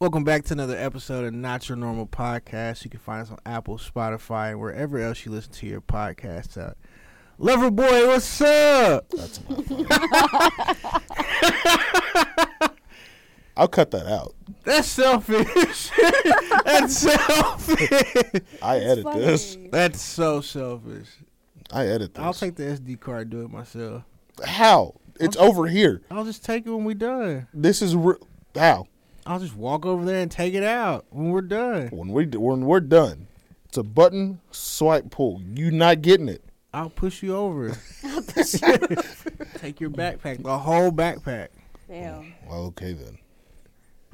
Welcome back to another episode of Not Your Normal Podcast. You can find us on Apple, Spotify, and wherever else you listen to your podcasts at. Lover boy, what's up? That's my phone. I'll cut that out. That's selfish. That's selfish. I edit this. funny. That's so selfish. I edit this. I'll take the SD card and do it myself. How? It's over here. I'll just take it when we're done. This is re- how. I'll just walk over there and take it out when we're done. When we do, when we're done, it's a button swipe pull. You not getting it. I'll push you over. take your backpack, the whole backpack. Damn. Well, okay then.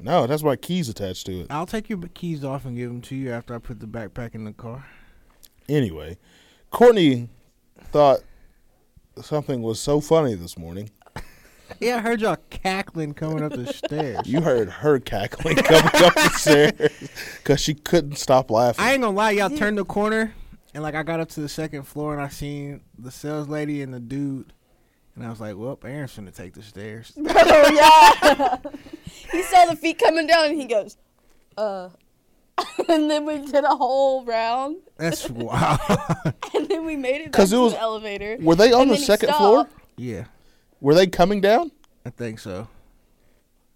No, that's my keys attached to it. I'll take your keys off and give them to you after I put the backpack in the car. Anyway, Courtney thought something was so funny this morning. Yeah, I heard y'all cackling coming up the stairs. You heard her cackling coming up the stairs because she couldn't stop laughing. I ain't gonna lie, y'all turned the corner and like I got up to the second floor and I seen the sales lady and the dude, and I was like, "Well, Aaron's finna take the stairs." Oh yeah. he saw the feet coming down and he goes, uh. and then we did a whole round, That's wild. and then we made it back 'Cause it to was- the elevator. Were they on And the then he second stopped. floor? yeah, Were they coming down? I think so.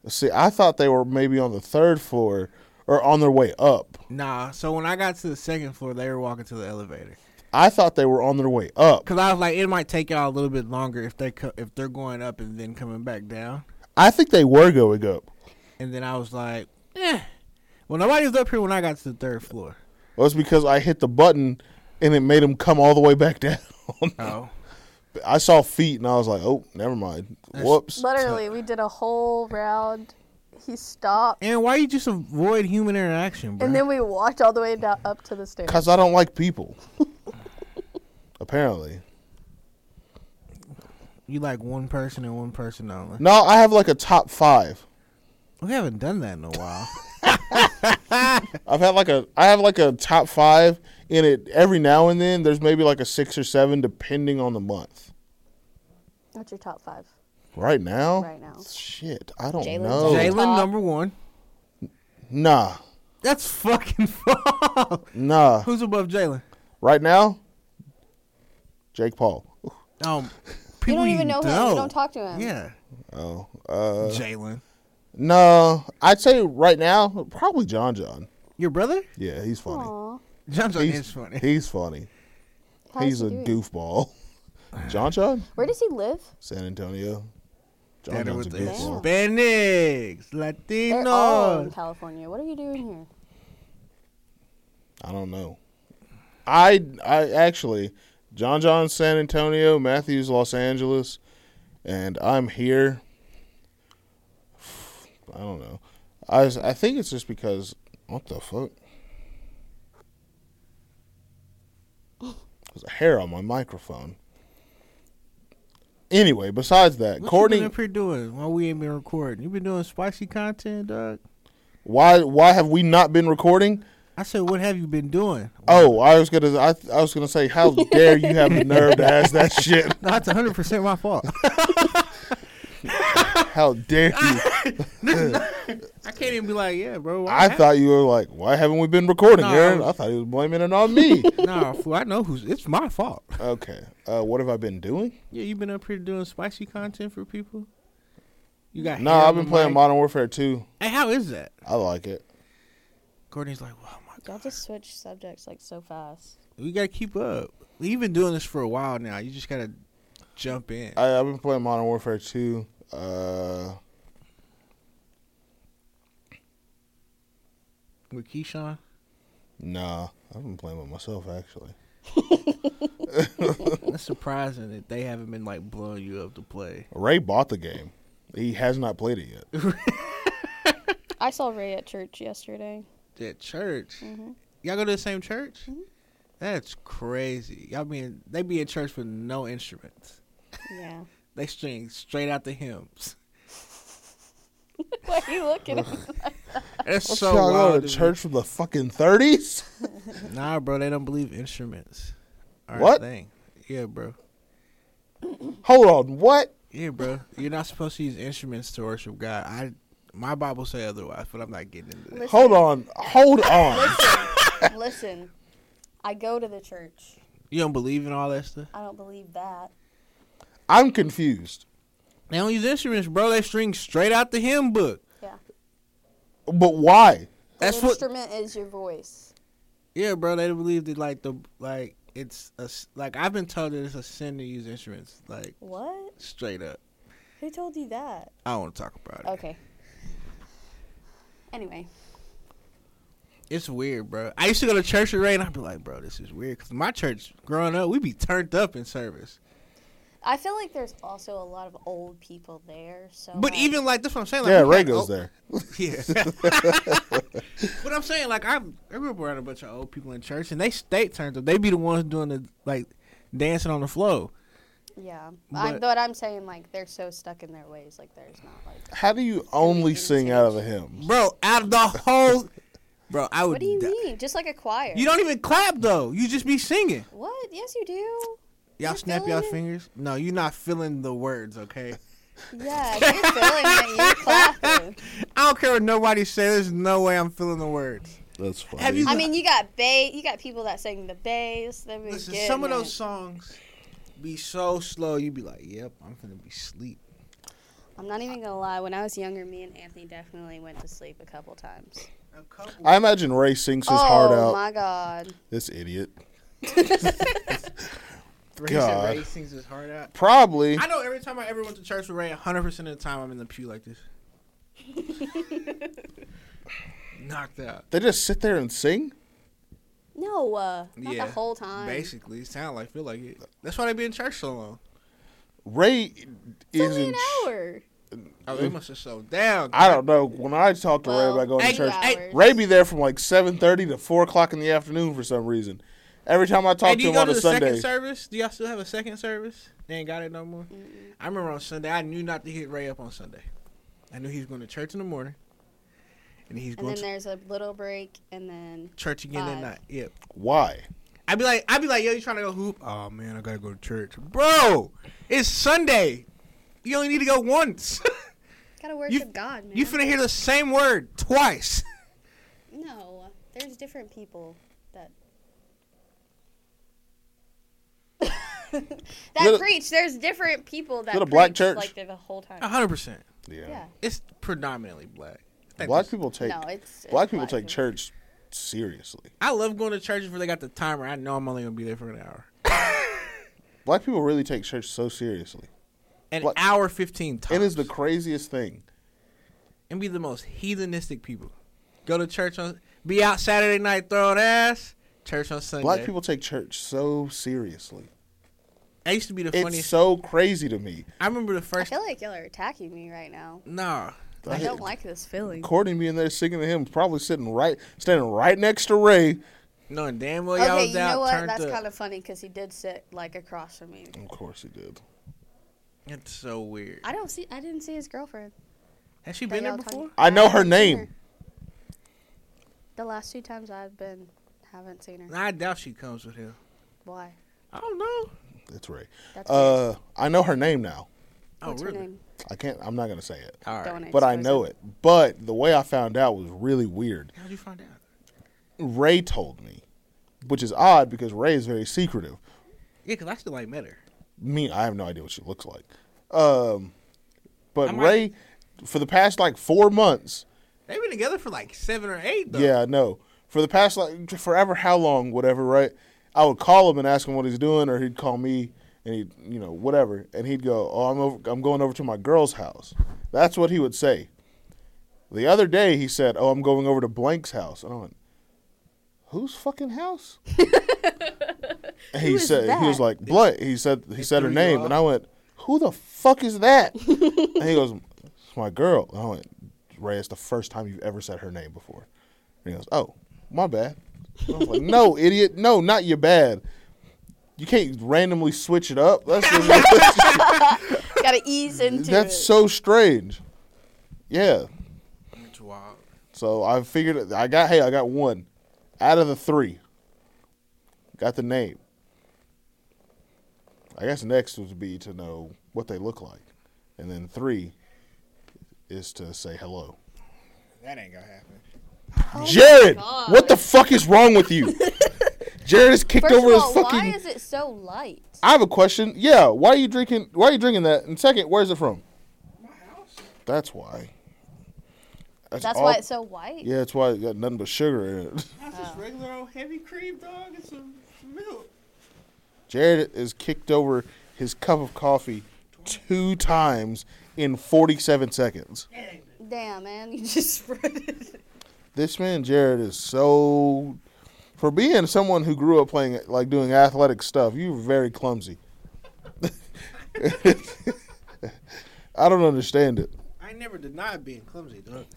See, I thought they were maybe on the third floor or on their way up. Nah, so when I got to the second floor, they were walking to the elevator. I thought they were on their way up. Cause I was like, it might take y'all a little bit longer if they co- if they're going up and then coming back down. I think they were going up. And then I was like, eh. Well, nobody was up here when I got to the third floor. Well, it's because I hit the button and it made them come all the way back down. Oh, I saw feet and I was like, oh, never mind. Whoops. Literally, we did a whole round. He stopped, and why you just avoid human interaction, bro? and then we walked all the way down up to the stairs. Because I don't like people. Apparently. you like one person and one person only. No, I have like a top five. We haven't done that in a while. I've had like a I have like a top five in it every now and then there's maybe like a six or seven depending on the month. What's your top five? Right now? Right now. Shit, I don't Jalen know. Oh. Jackson. Jalen number one. Nah. That's fucking false. Nah. Who's above Jalen? Right now? Jake Paul. Um, You people don't even know, him. You don't talk to him. Yeah, Oh. Uh Jalen, no. I'd say right now, probably John John. your brother. Yeah, he's funny. Aw. John's like, He's it's funny. He's funny. How's he's he a doing? goofball. John John? Where does he live? San Antonio. John Better John's with a the goofball. Hispanics, They're all in Latinos. California. What are you doing here? I don't know. I I actually John John San Antonio, Matthews Los Angeles, and I'm here. I don't know. I was- I think it's just because what the fuck? There's a hair on my microphone. Anyway, besides that, What you been Courtney, up here doing while we ain't been recording? You been doing spicy content, dog. why why have we not been recording? I said, what have you been doing? Oh, I was gonna I, I was gonna say, how dare you have the nerve to ask that shit? No, that's 100 percent my fault. How dare you? I can't even be like, yeah, bro. why I happened? thought you were like, why haven't we been recording, No, Aaron? I I thought he was blaming it on me. Nah, fool, I know who's. It's my fault. okay. Uh, what have I been doing? Yeah, you been up here doing spicy content for people. You got No, hair on I've been the playing mic. Modern Warfare 2. Hey, how is that? I like it. Courtney's like, wow, my Y'all just switch subjects like so fast. we gotta keep up. We've been doing this for a while now. You just gotta jump in. I, I've been playing Modern Warfare 2. Uh, With Keyshawn, nah, I've been playing with myself actually. that's surprising that they haven't been like blowing you up to play. Ray bought the game. He has not played it yet. I saw Ray at church yesterday. That church, y'all go to the same church? That's crazy. Y'all mean they be in church with no instruments. Yeah. They string straight out the hymns. Why are you looking at me? That's What's so y'all wild. go to to me. church from the fucking 30s? Nah, bro, they don't believe instruments. are a What? Thing. Yeah, bro. Hold on, what? Yeah, bro. You're not supposed to use instruments to worship God. I My Bible say otherwise, but I'm not getting into that. Listen, Hold on, hold on. Listen, I go to the church. You don't believe in all that stuff? I don't believe that. I'm confused. They don't use instruments, bro. They string straight out the hymn book. Yeah. But why? That's the what. instrument is your voice. Yeah, bro. They believe that like the like it's a s- like I've been told that it's a sin to use instruments. Like What? straight up, Who told you that? I don't want to talk about it. Okay. Anyway, It's weird, bro. I used to go to church at Ray, and I'd be like, bro, this is weird. Because my church, growing up, we be turned up in service. I feel like there's also a lot of old people there. So. But like, even like, that's what I'm saying. Like, Yeah, we Ray got old- goes there. Yeah. but I'm saying, like, I, I grew up around a bunch of old people in church, and they stay turned up. They be the ones doing the, like, dancing on the floor. Yeah, I, But- but I'm saying like they're so stuck in their ways. Like there's not like. How do you only sing out of a hymn? Bro, out of the whole. Bro, I would. What do you die. mean? Just like a choir. You don't even clap, though. You just be singing. What? Yes, you do. Y'all You're snap feeling y'all it? fingers? No, you're not feeling the words, okay? Yeah, if you're feeling it. You're clapping. I don't care what nobody says. There's no way I'm feeling the words. That's funny. Have you- I mean, you got bass. You got people that sing the bass. They be Listen, getting some of those it. songs be so slow, you be like, yep, I'm going to be sleep. I'm not even gonna lie. When I was younger, me and Anthony definitely went to sleep a couple times. I imagine Ray sings his oh heart out. my god. This idiot. Ray said Ray God. sings his heart out. Probably. I know every time I ever went to church with Ray, 100% of the time I'm in the pew like this. Knocked out. They just sit there and sing. No, uh, not Yeah, the whole time. Basically, sound like, feel like it. That's why they be in church so long. Ray It's is only in. an hour. Oh, they must have slowed down. Mm. I don't know. When I talk to Well, Ray about going hey, to church, hey, hours. Ray be there from like seven thirty to four o'clock in the afternoon for some reason. Every time I talk Hey, do to you him go on to a the Sunday, second service? Do y'all still have a second service? They ain't got it no more. I remember on Sunday, I knew not to hit Ray up on Sunday. I knew he was going to church in the morning, and he's And going to then there's a little break, and then church again Five. at night. Yep. why? I'd be like, I'd be like, yo, you trying to go hoop? Oh man, I gotta go to church, bro. It's Sunday. You only need to go once. gotta worship you God, man. you finna hear the same word twice. No, there's different people that that Little- preach. There's different people that Little black preach, church. Uh-huh. like the the whole time. hundred percent. Yeah, It's predominantly black. I think Black this- people take no, it's, it's black people take people. church seriously. I love going to church where they got the timer. I know I'm only gonna be there for an hour. Black people really take church so seriously. An Black- hour fifteen times. It is the craziest thing. and be the most heathenistic people. Go to church on be out Saturday night throwing ass. Church on Sunday. Black people take church so seriously. I used to be the It's funniest. so crazy to me. I remember the I first. feel like y'all are attacking me right now. Nah. I don't like this feeling. Courtney being there singing to him, probably sitting right, standing right next to Ray. No, damn well y'all Okay, was you know out what? turned That's up. kind of funny because he did sit like across from me. Of course he did. It's so weird. I don't see. I didn't see his girlfriend. Has she That been there y'all talking- before? I know her haven't seen name. The last two times I've been, haven't seen her. Nah, I doubt she comes with him. Why? I don't know. That's Ray. That's weird. Uh, I know her name now. What's oh, her really? name? I can't. I'm not gonna say it, All right. Don't but I expose know it. But the way I found out was really weird. How'd you find out? Ray told me, which is odd because Ray is very secretive. Yeah, because I still ain't met her. Me, I have no idea what she looks like. Um, but I might- Ray, for the past like four months, They've been together for like seven or eight, though. Yeah, I know. For the past like forever, how long, whatever, right? I would call him and ask him what he's doing, or he'd call me and he'd, you know, whatever, and he'd go, "Oh, I'm over, I'm going over to my girl's house." That's what he would say. The other day, he said, "Oh, I'm going over to blank's house," and I went, "Whose fucking house?" And he Who is said, "He was that? like blank." He said, "He said threw her you name," off? and I went, "Who the fuck is that?" and he goes, "It's my girl." And I went, "Ray, it's the first time you've ever said her name before." And he goes, "Oh, my bad." And I was like, "No, idiot, no, not your bad. You can't randomly switch it up. That's just- it. Gotta ease into that's it. so strange." Yeah. It's wild. So I figured I got hey, I got one out of the three. Got the name. I guess next would be to know what they look like, and then three is to say hello. That ain't gonna happen. Jared, Oh God. what the fuck is wrong with you? Jared is kicked First of over all, his fucking. why is it so light? I have a question. Yeah, why are you drinking? Why are you drinking that? And second, where's it from? My house. That's why. That's all- why it's so white. Yeah, that's why it got nothing but sugar in it. That's just Oh. regular old heavy cream, dog, and some, some milk. Jared has kicked over his cup of coffee two times in 47 seconds. Damn, man, you just spread it. This man Jared is so for being someone who grew up playing like doing athletic stuff, you were very clumsy. I don't understand it. I never denied being clumsy, dog.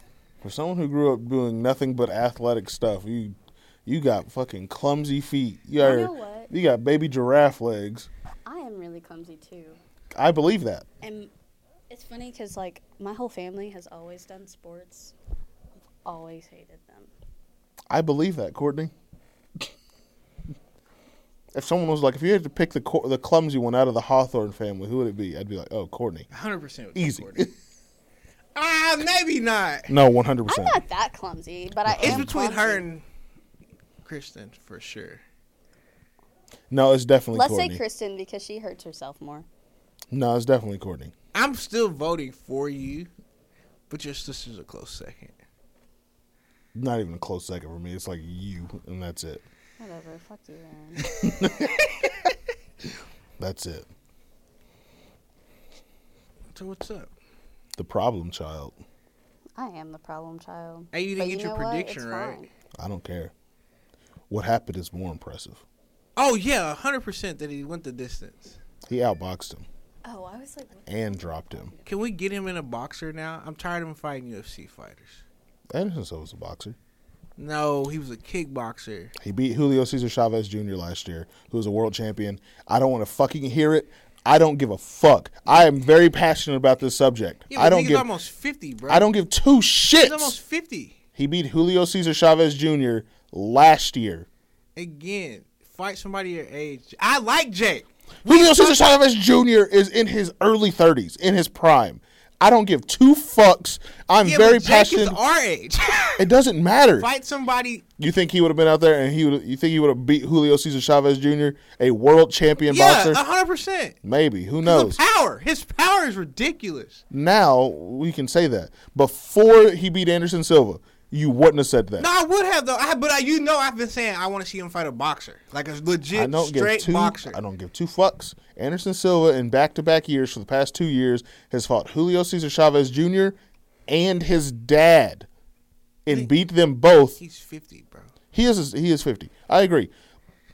For someone who grew up doing nothing but athletic stuff, you you got fucking clumsy feet. You, You are- know what? you got baby giraffe legs. I am really clumsy too. I believe that. And it's funny because, like, my whole family has always done sports. I've always hated them. I believe that, Courtney. if someone was like, if you had to pick the cor- the clumsy one out of the Hawthorne family, who would it be? I'd be like, oh, Courtney. 100% with Easy. Ah, maybe not. No, one hundred I'm percent. not that clumsy, but I It's am between clumsy. her and Kristen for sure. No, it's definitely Let's Courtney. say Kristen because she hurts herself more. No, it's definitely Courtney. I'm still voting for you, but your sister's a close second. Not even a close second for me. It's like you, and that's it. Whatever. Fuck you, Aaron. That's it. So what's up? The problem child. I am the problem child. Hey, you But didn't get your know what? It's prediction right. fine. I don't care. What happened is more impressive. Oh yeah, 100% that he went the distance. He outboxed him Oh, I was like, what? and dropped him. Can we get him in a boxer now? I'm tired of him fighting UFC fighters. Anderson Silva's a boxer. No, he was a kickboxer. He beat Julio Cesar Chavez Jr. last year, who was a world champion. I don't want to fucking hear it. I don't give a fuck. I am very passionate about this subject. Yeah, but I don't nigga's give. almost 50, bro. I don't give two shits. He's almost 50. he beat Julio Cesar Chavez Jr. last year. Again, fight somebody your age. I like Jake. Julio Cesar Chavez Jr. is in his early 30s, in his prime. I don't give two fucks. I'm Yeah, very but Jake is passionate. our age. it doesn't matter. fight somebody. You think he would have been out there and he would? You think he would have beat Julio Cesar Chavez Jr., a world champion Yeah, uh, boxer? 100%. Maybe. Who The knows? power. His power is ridiculous. Now we can say that. Before he beat Anderson Silva, you wouldn't have said that. No, I would have though. I, but I, you know, I've been saying I want to see him fight a boxer, like a legit I don't give straight two. boxer. I don't give two fucks. Anderson Silva, in back-to-back years for the past two years, has fought Julio Cesar Chavez Jr. and his dad, and beat them both. He's fifty, bro. He is he is fifty. I agree.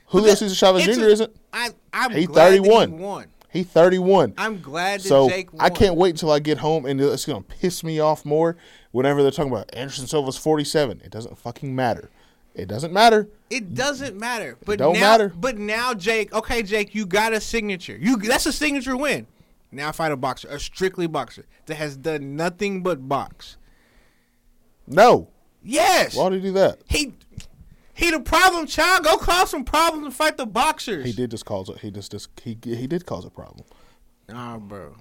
Julio Cesar Chavez It's Jr. a- isn't. I, I'm He glad That 31. he won. He thirty-one. I'm glad that So Jake won. I can't wait till I get home, and it's gonna piss me off more whenever they're talking about Anderson Silva's forty-seven. It doesn't fucking matter. It doesn't matter. It doesn't matter. But don't now, matter. But now, Jake. Okay, Jake, you got a signature. You that's a signature win. Now fight a boxer, a strictly boxer that has done nothing but box. No. Yes, Why would he do that? he he the problem child. Go cause some problems and fight the boxers. He did just cause it. He just, just he he did cause a problem. Nah, bro.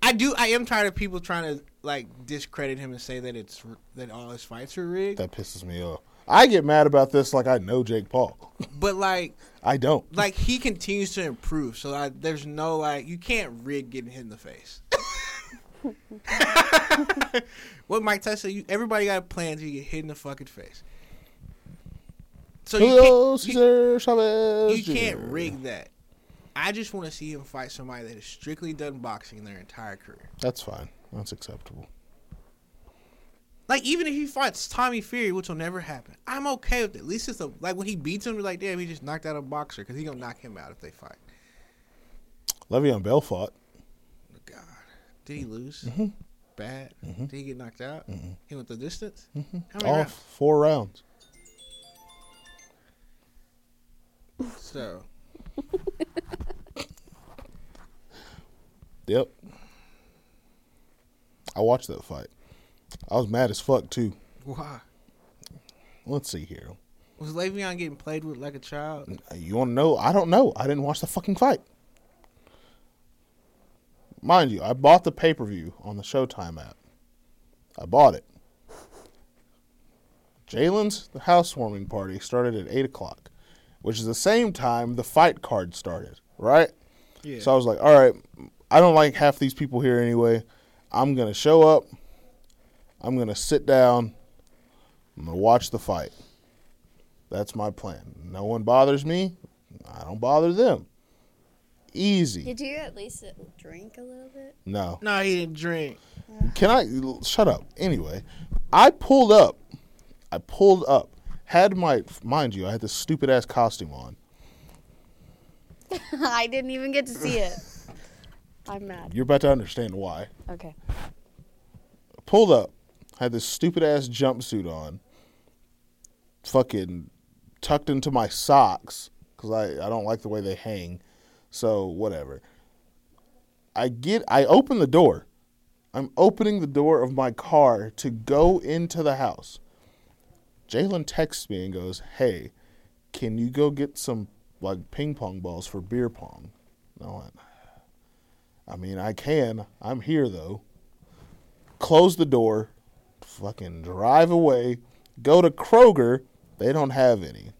I do. I am tired of people trying to like discredit him and say that it's that all his fights are rigged. That pisses me off. I get mad about this like I know Jake Paul. But like, I don't. like he continues to improve. So I, there's no like, you can't rig getting hit in the face. what Mike Tyson? You, everybody got plans. You get hit in the fucking face. So you Julio can't, you, Cesar Chavez. you can't Jr.. rig that. I just want to see him fight somebody that has strictly done boxing their entire career. That's fine. That's acceptable. Like even if he fights Tommy Fury, which will never happen, I'm okay with it. At least it's a, like when he beats him, you're like, damn, he just knocked out a boxer because he gonna knock him out if they fight. Le'Veon Bell fought. God, did he lose? Bad. Did he get knocked out? He went the distance. How many All rounds? four rounds. So Yep. I watched that fight. I was mad as fuck too. why Let's see here. was Le'Veon getting played with like a child? You want to know? I don't know. I didn't watch the fucking fight. Mind you, I bought the pay per view on the Showtime app. I bought it. Jalen's housewarming party started at eight o'clock, which is the same time the fight card started, right? Yeah. So I was like, all right, I don't like half these people here anyway. I'm gonna show up. I'm gonna sit down. I'm gonna watch the fight. That's my plan. No one bothers me. I don't bother them. Easy. Did you at least drink a little bit? No. no, he didn't drink. Can I shut up? Anyway, I pulled up. I pulled up. Had my mind you, I had this stupid ass costume on. I didn't even get to see it. I'm mad. You're about to understand why. Okay. Pulled up. Had this stupid ass jumpsuit on. Fucking tucked into my socks because I, I don't like the way they hang. So whatever. I get I open the door. I'm opening the door of my car to go into the house. Jalen texts me and goes, Hey, can you go get some like ping pong balls for beer pong? And I went, I mean, I can. I'm here though. Close the door, fucking drive away, go to Kroger. They don't have any.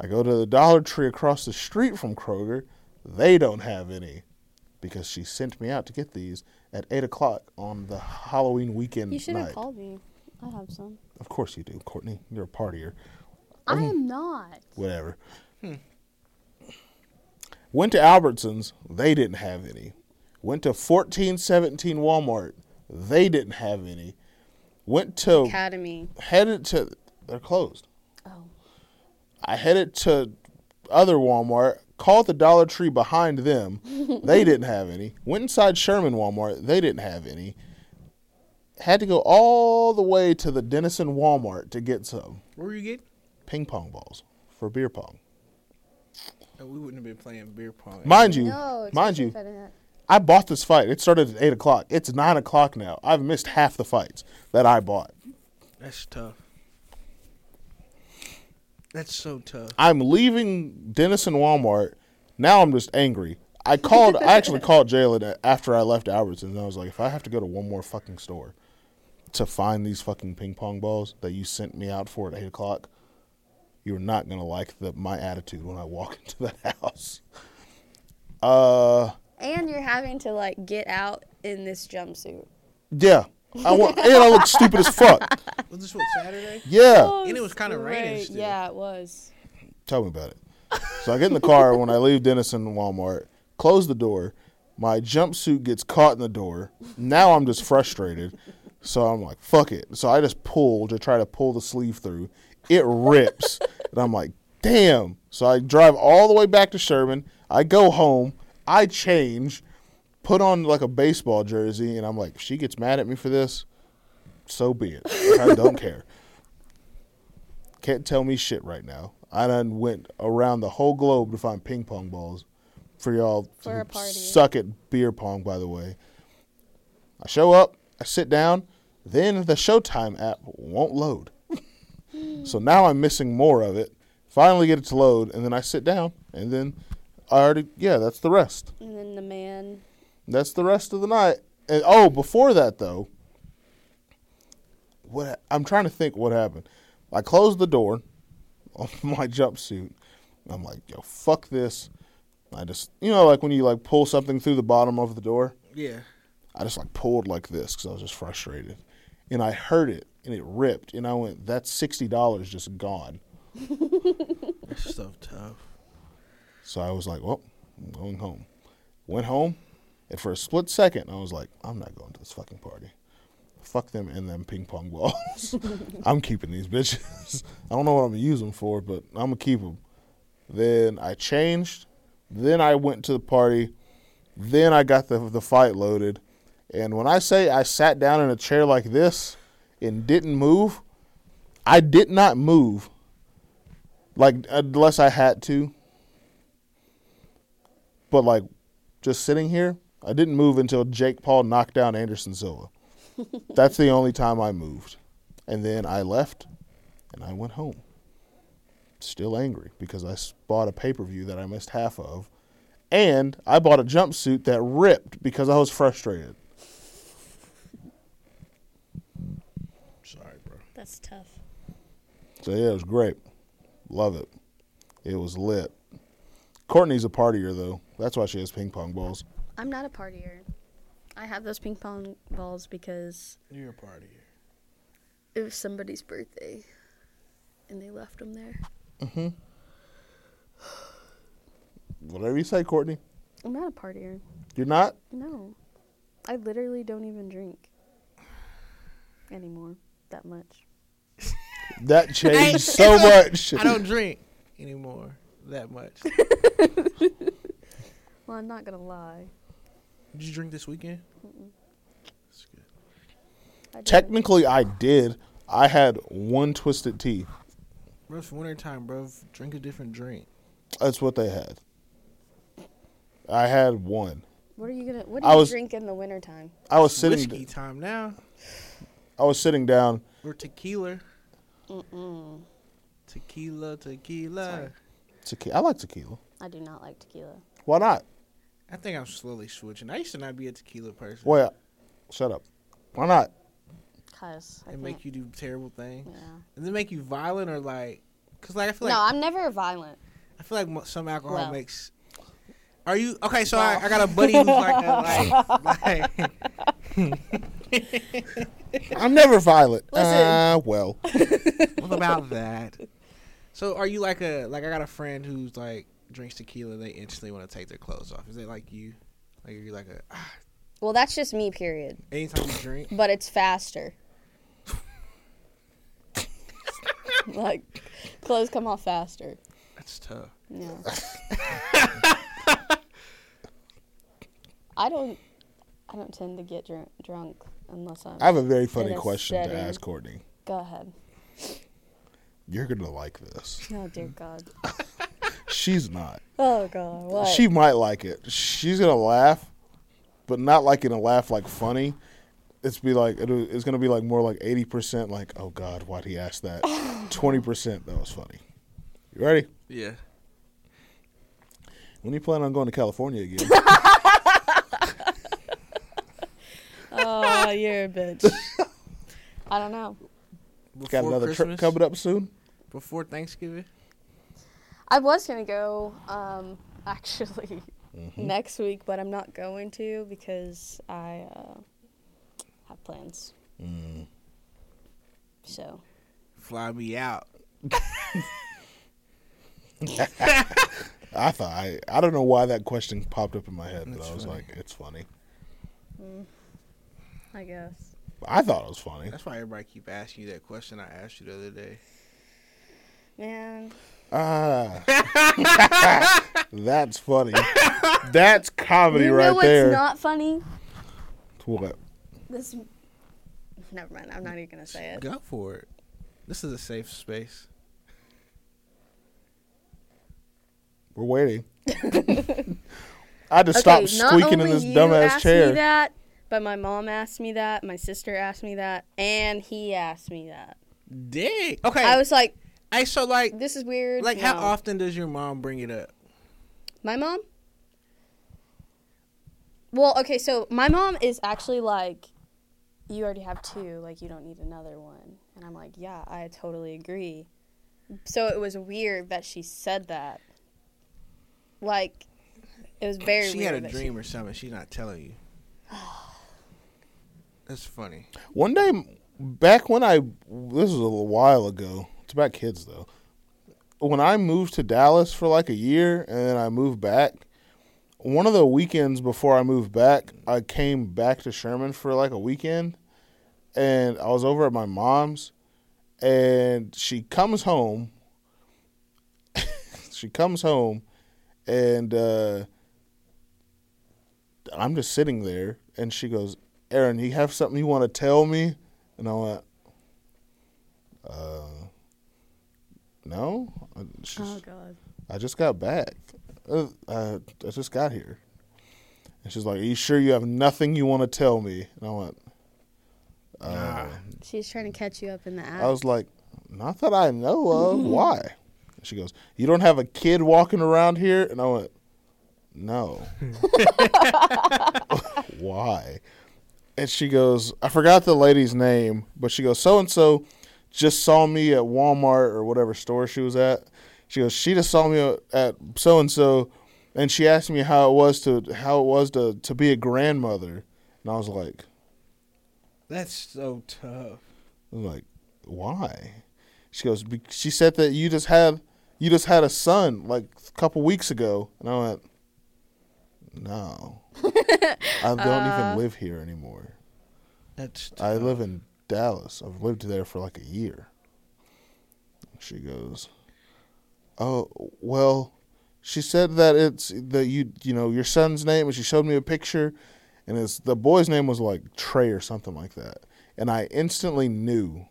I go to the Dollar Tree across the street from Kroger. They don't have any because she sent me out to get these at 8 o'clock on the Halloween weekend You should night. have called me. I have some. Of course you do, Courtney. You're a partier. I am not. Whatever. Went to Albertsons. They didn't have any. Went to 1417 Walmart. They didn't have any. Went to, Academy. headed to, they're closed. Oh. I headed to other Walmart, called the Dollar Tree behind them. they didn't have any. Went inside Sherman Walmart. They didn't have any. Had to go all the way to the Denison Walmart to get some What were you getting? ping pong balls for beer pong. No, Uh, we wouldn't have been playing beer pong. Mind you, No, it's mind actually you, better than I bought this fight. It started at eight o'clock. It's nine o'clock now. I've missed half the fights that I bought. That's tough. That's so tough. I'm leaving Denison Walmart. Now I'm just angry. I called. I actually called Jalen a- after I left Albertsons. And I was like, if I have to go to one more fucking store to find these fucking ping pong balls that you sent me out for at eight o'clock, you're not gonna like the, my attitude when I walk into that house. Uh. that. And you're having to like get out in this jumpsuit. Yeah. I want, and I look stupid as fuck. Was this what Saturday? Yeah. And it was kind of raining. Right, Still. yeah, it was. Tell me about it. So I get in the car when I leave Denison and Walmart, close the door. My jumpsuit gets caught in the door. Now I'm just frustrated. So I'm like, fuck it. So I just pull to try to pull the sleeve through. It rips. and I'm like, damn. So I drive all the way back to Sherman. I go home. I change, put on like a baseball jersey. And I'm like, if she gets mad at me for this, so be it. I don't care. Can't tell me shit right now. I done went around the whole globe to find ping pong balls for y'all. For who a party. Suck at beer pong, by the way. I show up, I sit down, then the Showtime app won't load. so now I'm missing more of it. Finally get it to load, and then I sit down, and then I already, yeah, that's the rest. And then the man. That's the rest of the night. And oh, before that though, what ha- I'm trying to think what happened. I closed the door on my jumpsuit. I'm like, yo, fuck this. I just, you know, like when you like pull something through the bottom of the door. Yeah. I just like pulled like this because I was just frustrated, and I heard it and it ripped, and I went, that's sixty dollars just gone. That's so tough. So I was like, well, I'm going home. Went home, and for a split second, I was like, I'm not going to this fucking party. Fuck them and them ping pong balls. I'm keeping these bitches. I don't know what I'm gonna use them for, but I'm gonna keep them. Then I changed. Then I went to the party. Then I got the the fight loaded. And when I say I sat down in a chair like this and didn't move, I did not move. Like unless I had to, but like just sitting here, I didn't move until Jake Paul knocked down Anderson Silva. That's the only time I moved. And then I left and I went home. Still angry because I s- bought a pay per view that I missed half of. And I bought a jumpsuit that ripped because I was frustrated. Sorry, bro. That's tough. So yeah, it was great. Love it. It was lit. Courtney's a partier though. That's why she has ping pong balls. I'm not a partier. I have those ping pong balls because You're a partier. it was somebody's birthday, and they left them there. Whatever you say, Courtney. I'm not a partier. You're not. No, I literally don't even drink anymore that much. That changed I- so much. I don't drink anymore that much. Well, I'm not gonna lie. Did you drink this weekend? That's good. I drank- Technically, I did. I had one twisted tea. Bro, it's wintertime, bro. Drink a different drink. That's what they had. I had one. What are you gonna? What do I you was- drink in the wintertime? I was It's sitting. Whiskey time now. I was sitting down. Or tequila. Mm, Tequila, tequila. Tequila. I like tequila. I do not like tequila. Why not? I think I'm slowly switching. I used to not be a tequila person. Well, shut up. Why not? Cause I It can't. make you do terrible things. Yeah. Does it make you violent or like? Cause like I feel like no, I'm never violent. I feel like mo- some alcohol Well. makes. Are you okay? So I, Well. I got a buddy who's like, a, like, like I'm never violent. Listen. Ah, well. what about that? So are you like a like I got a friend who's like drinks tequila. They instantly want to take their clothes off. Is it like you? Like are you like a ah, Well, that's just me, period. anytime you drink? But it's faster. like clothes come off faster. That's tough. Yeah. I don't. I don't tend to get drunk, drunk unless I'm. I have a very funny In a question setting. to ask Courtney. Go ahead. You're gonna like this. Oh dear God. She's not. Oh God. What? She might like it. She's gonna laugh, but not like in a laugh like funny. It's be like it'll, it's gonna be like more like eighty percent like oh god why'd he ask that twenty percent that was funny. You ready? Yeah. When you plan on going to California again? oh, you're a bitch. I don't know. Got Before another Christmas, trip coming up soon. before Thanksgiving. I was gonna go, um, actually, next week, but I'm not going to because I uh, have plans. Mm, So Fly me out. I thought I I don't know why that question popped up in my head, but That's I was funny. like it's funny. I guess I thought it was funny. That's why everybody keep asking you that question I asked you the other day. Man, Ah, that's funny. That's comedy you know right what's there. not funny? what? This. Never mind. I'm not even gonna say it. Go for it. This is a safe space. We're waiting. I just stopped not squeaking in only this you dumbass asked Me chair. that, but my mom asked me that. My sister asked me that, and he asked me that. Dang. Okay. I was like, Hey, so like, "This is weird." like, how No. often does your mom bring it up? My mom? Well, okay, so my mom is actually like, you already have two, like, you don't need another one. And I'm like, yeah, I totally agree. So it was weird that she said that. Like, it was very she weird. had a that dream or something. She's not telling you. That's funny. One day, back when I this was a little while ago. It's about kids though. When I moved to Dallas for like a year and then I moved back, one of the weekends before I moved back, I came back to Sherman for like a weekend, and I was over at my mom's, and she comes home. she comes home, and uh, I'm just sitting there, and she goes, "Aaron, you have something you want to tell me?" And I went, "Uh, no." And she's- Oh, God. I just got back. Uh, I, I just got here. And she's like, Are you sure you have nothing you want to tell me? And I went, uh, Ah, She's trying to catch you up in the act. I was like, Not that I know of. Why? And she goes, You don't have a kid walking around here? And I went, No. Why? And she goes, I forgot the lady's name, but she goes, So and so, just saw me at Walmart or whatever store she was at. She goes, she just saw me at so and so, and she asked me how it was to how it was to to be a grandmother, and I was like, That's so tough. I'm like, why? She goes, "Be- she said that you just had you just had a son like a couple weeks ago, and I went, no, I don't even live here anymore. That's tough. I live in Dallas. I've lived there for like a year. She goes, "Oh well," she said that it's the you you know your son's name, and she showed me a picture, and it's the boy's name was like Trey or something like that, and I instantly knew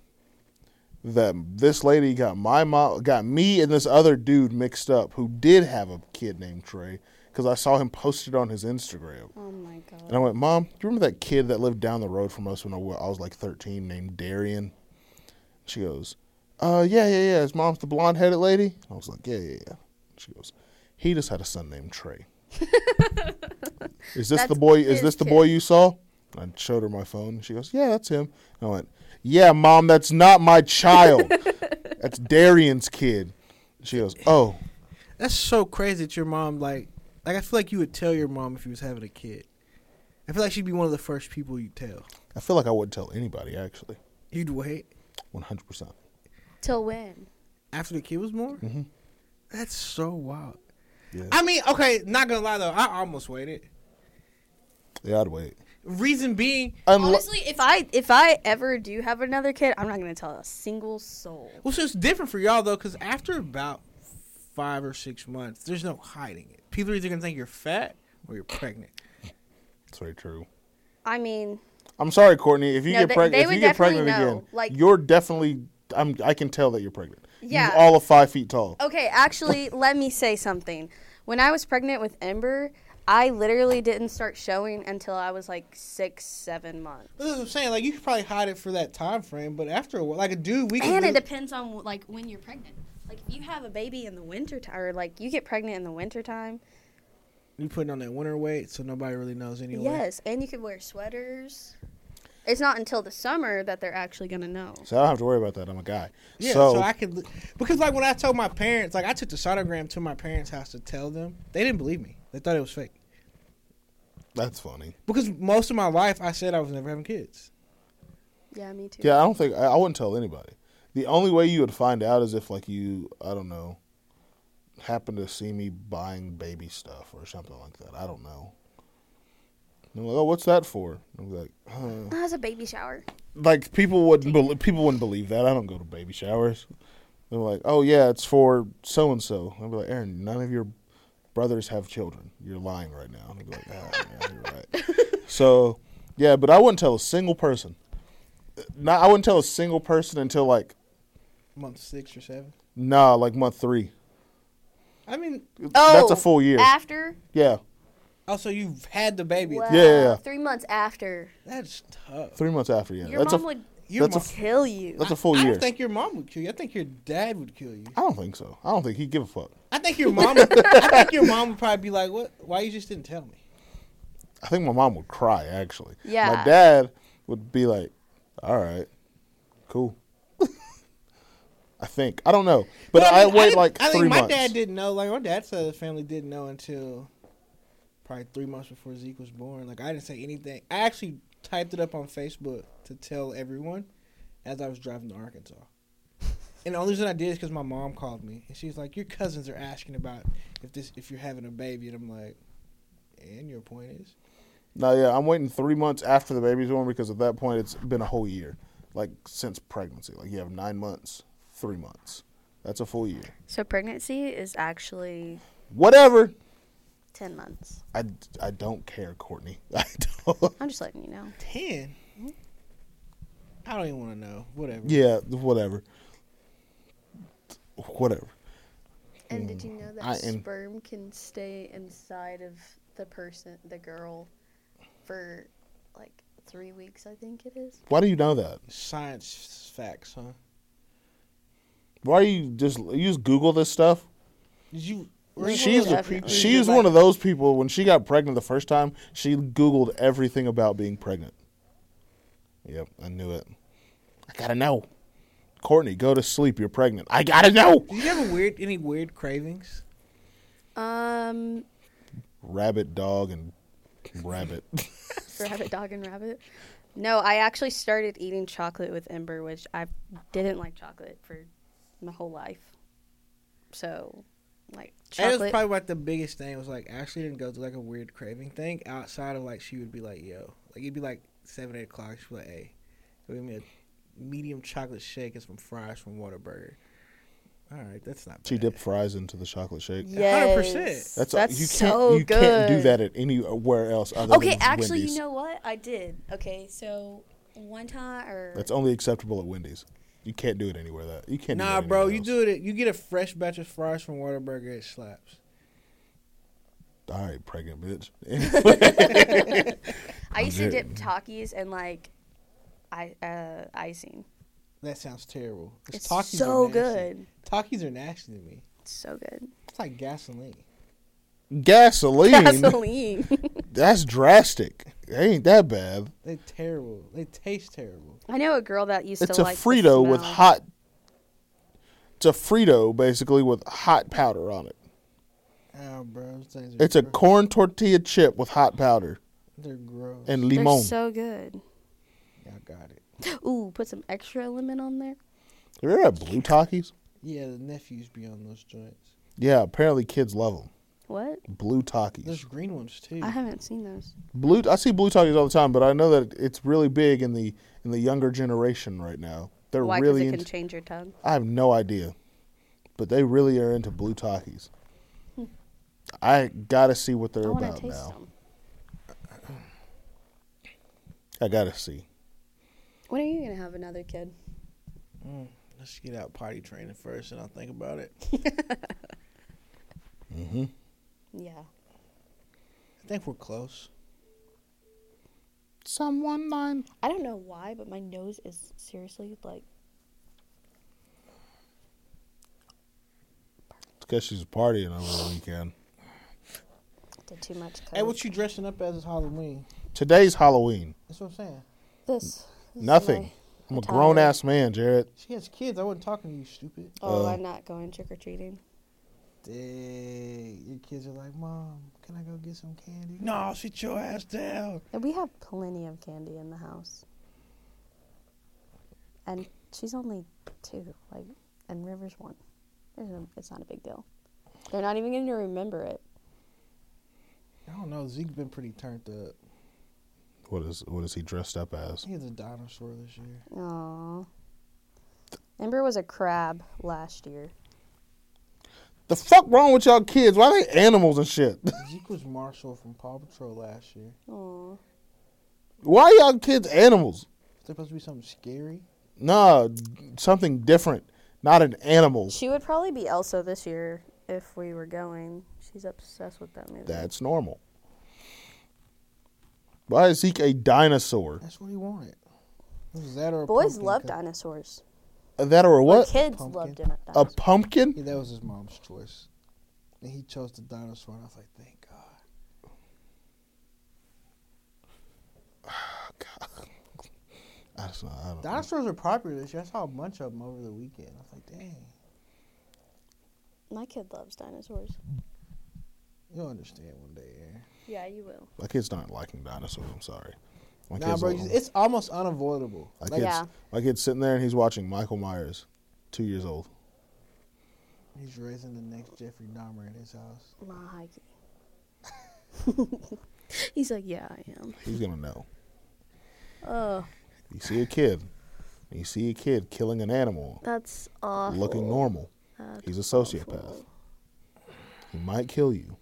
that this lady got my mom, got me and this other dude mixed up who did have a kid named Trey because I saw him posted on his Instagram. Oh my god. And I went, Mom, do you remember that kid that lived down the road from us when I wa- I was like 13 named Darian? She goes, Uh, yeah, yeah, yeah. His mom's the blonde headed lady? I was like, Yeah, yeah, yeah. She goes, He just had a son named Trey. is this the That's boy? Is his this the kid. boy you saw? I showed her my phone. and She goes, Yeah, that's him. And I went, Yeah, Mom, that's not my child. that's Darian's kid. She goes, Oh, That's so crazy that your mom like like I feel like you would tell your mom if you was having a kid. I feel like she'd be one of the first people you tell. I feel like I wouldn't tell anybody, actually. You'd wait 100%. Till when? after the kid was born. That's so wild. Mm-hmm. Yeah. I mean, okay, not gonna lie though, I almost waited. Yeah, I'd wait. Reason being, Unle- Honestly, if I if I ever do have another kid, I'm not gonna tell a single soul. well, so it's different for y'all though, because after about five or six months, there's no hiding it. People are either gonna think you're fat or you're pregnant. That's very true. I mean, I'm sorry, Courtney. If you No, get they- pregnant, they if you would get pregnant definitely know. again, Like- you're definitely. I'm. I can tell that you're pregnant. Yeah. You're all of five feet tall. okay, actually, let me say something. When I was pregnant with Ember, I literally didn't start showing until I was like six, seven months. That's what I'm saying. Like you could probably hide it for that time frame, but after a while, like a dude, we can And do- it depends on like when you're pregnant. Like if you have a baby in the winter time, or like you get pregnant in the winter time. you putting on that winter weight, so nobody really knows anyway. Yes, and you could wear sweaters. It's not until the summer that they're actually gonna know. So I don't have to worry about that. I'm a guy. Yeah, so, so, I could li- because like when I told my parents, like I took the sonogram to my parents' house to tell them, they didn't believe me. They thought it was fake. that's funny. Because most of my life, I said I was never having kids. Yeah, me too. Yeah, I don't think I, I wouldn't tell anybody. The only way you would find out is if like you, I don't know, happen to see me buying baby stuff or something like that. I don't know. And they're like, oh, what's that for? I'm like, huh. That was a baby shower. like people wouldn't bel people wouldn't believe that. I don't go to baby showers. They're like, oh yeah, it's for so and so. I'd be like, Aaron, none of your brothers have children. You're lying right now. And I'd be like, oh, yeah, you're right. So yeah, but I wouldn't tell a single person. Not I wouldn't tell a single person until like Month six or seven. nah, like month three. I mean, Oh, That's a full year. After yeah, also you've had the baby. Wow, Yeah, yeah, yeah. three months after, That's tough. three months after. Yeah, your that's mom a would Your that's mom, a kill you. that's a full I year. don't think your mom would kill you. I think your dad would kill you. I don't think so. I don't think he'd give a fuck. I think your mom. I think your mom would probably be like, "What? Why you just didn't tell me?" I think my mom would cry actually. My Yeah. dad would be like, "All right, cool." I think I don't know, but Well, I, mean, wait didn't- like I three think my months. dad didn't know. Like my dad side of the family didn't know until probably three months before Zeke was born. Like I didn't say anything. I actually typed it up on Facebook to tell everyone as I was driving to Arkansas. And the only reason I did is because my mom called me and she's like, "Your cousins are asking about if this if you're having a baby," and I'm like, "And your point is." No, yeah, I'm waiting three months after the baby's born because at that point it's been a whole year, like since pregnancy. Like you have nine months, three months. That's a full year. So pregnancy is actually Whatever. ten months. I, I don't care, Courtney. I don't. I'm just letting you know. Ten. I don't even want to know. Whatever. yeah, whatever. Whatever. And did you know that I am- sperm can stay inside of the person, the girl, for like three weeks? I think it is. Why do you know that? Science facts, huh? Why you just you just Google this stuff? Did you? She's Googled everything. she's one of those people. When she got pregnant the first time, she Googled everything about being pregnant. Yep, I knew it. I gotta know. Courtney, go to sleep. You're pregnant. I gotta know. Did you have a weird any weird cravings? Um, Rabbit, dog, and rabbit. rabbit, dog, and rabbit. No, I actually started eating chocolate with Ember, which I didn't like chocolate for my whole life. So, And like It was chocolate. probably like the biggest thing was like Ashley didn't go through like a weird craving thing outside of like she would be like, yo, like it'd be like seven, eight o'clock. She'd be like, hey, go give me a medium chocolate shake and some fries from Whataburger. All right, that's not bad. she dipped fries into the chocolate shake. yes. 100%. That's, uh, That's you can't so you good. can't do that at anywhere else. Other Okay, than actually, Wendy's. you know what? I did. Okay, so one time or that's only acceptable at Wendy's. You can't do it anywhere that you can't. do Nah, that bro, anywhere you else. do it. You get a fresh batch of fries from Whataburger. It slaps. All right, pregnant bitch. I used to Okay. dip Takis in like I uh, icing. That sounds terrible. 'Cause It's Takis are so nasty. good. Takis are nasty to me. It's so good. It's like gasoline. Gasoline. Gasoline. That's drastic. It ain't that bad. They terrible. They taste terrible. I know a girl that used it's to a like the Frito with smell. hot. It's a Frito basically with hot powder on it. Oh, bro, those things are It's a gro- corn tortilla chip with hot powder they're gross. and They're limon. so good. Y'all got it. Ooh, put some extra lemon on there. Have you ever had blue Takis? Yeah, the nephews be on those joints. Yeah, apparently kids love them. What? Blue There's Takis. green ones too. I haven't seen those. Blue. I see blue Takis all the time, but I know that it's really big in the in the younger generation right now. They're Why? Because really. it Into, can change your tongue. I have no idea, but they really are into blue Takis. I gotta see what they're Hmm. I want about to taste now. them. I gotta see. When are you gonna have another kid? Mm, let's get out potty training first, and I'll think about it. Mm-hmm. Yeah. I think we're close. Someone line. I don't know why, but my nose is seriously like It's because she's partying over the weekend. did too much. Hey, what you dressing up as? Is Halloween? Today's Halloween. That's what I'm saying. this? this is Nothing. I'm a attire. grown ass man, Jared. She has kids. I wasn't talking to you, stupid. my- oh, Oh. I'm not going trick or treating. Dang, your kids are like, Mom, can I go get some candy? No, sit your ass down. And we have plenty of candy in the house. And she's only two, like, and River's one. There's no- It's not a big deal. They're not even going to remember it. I don't know. Zeke's been pretty turned up. What is what is he dressed up as? He was a dinosaur this year. Aww. Ember was a crab last year. The fuck wrong with y'all kids? Why they animals and shit? Zeke was Marshall from Paw Patrol last year. Aww. Why y'all kids animals? Is there supposed to be something scary? Nah, something different. Not an animal. She would probably be Elsa this year if we were going. She's obsessed with that movie. That's normal. Why is Zeke a dinosaur? That's what he wanted. It was that or a Boys pumpkin love cup. dinosaurs. That or a Or what? Kids Pumpkin. love dino- A dinosaurs. pumpkin? Yeah, that was his mom's choice, and he chose the dinosaur. And I was like, thank God. I just, I don't know. Dinosaurs are popular this year. I saw a bunch of them over the weekend. I was like, dang, My kid loves dinosaurs. you'll understand one day. Aaron. Yeah, you will. My kids aren't liking dinosaurs. I'm sorry. My Nah, kids bro, don't- you- it's almost unavoidable. My Like kid's, Yeah. my kid's sitting there and he's watching Michael Myers, two years old. he's raising the next Jeffrey Dahmer in his house. Mahogany. He's like, yeah, I am. He's gonna know. Oh, You see a kid, you see a kid killing an animal, that's awful. looking normal. That's He's a sociopath. He might kill you,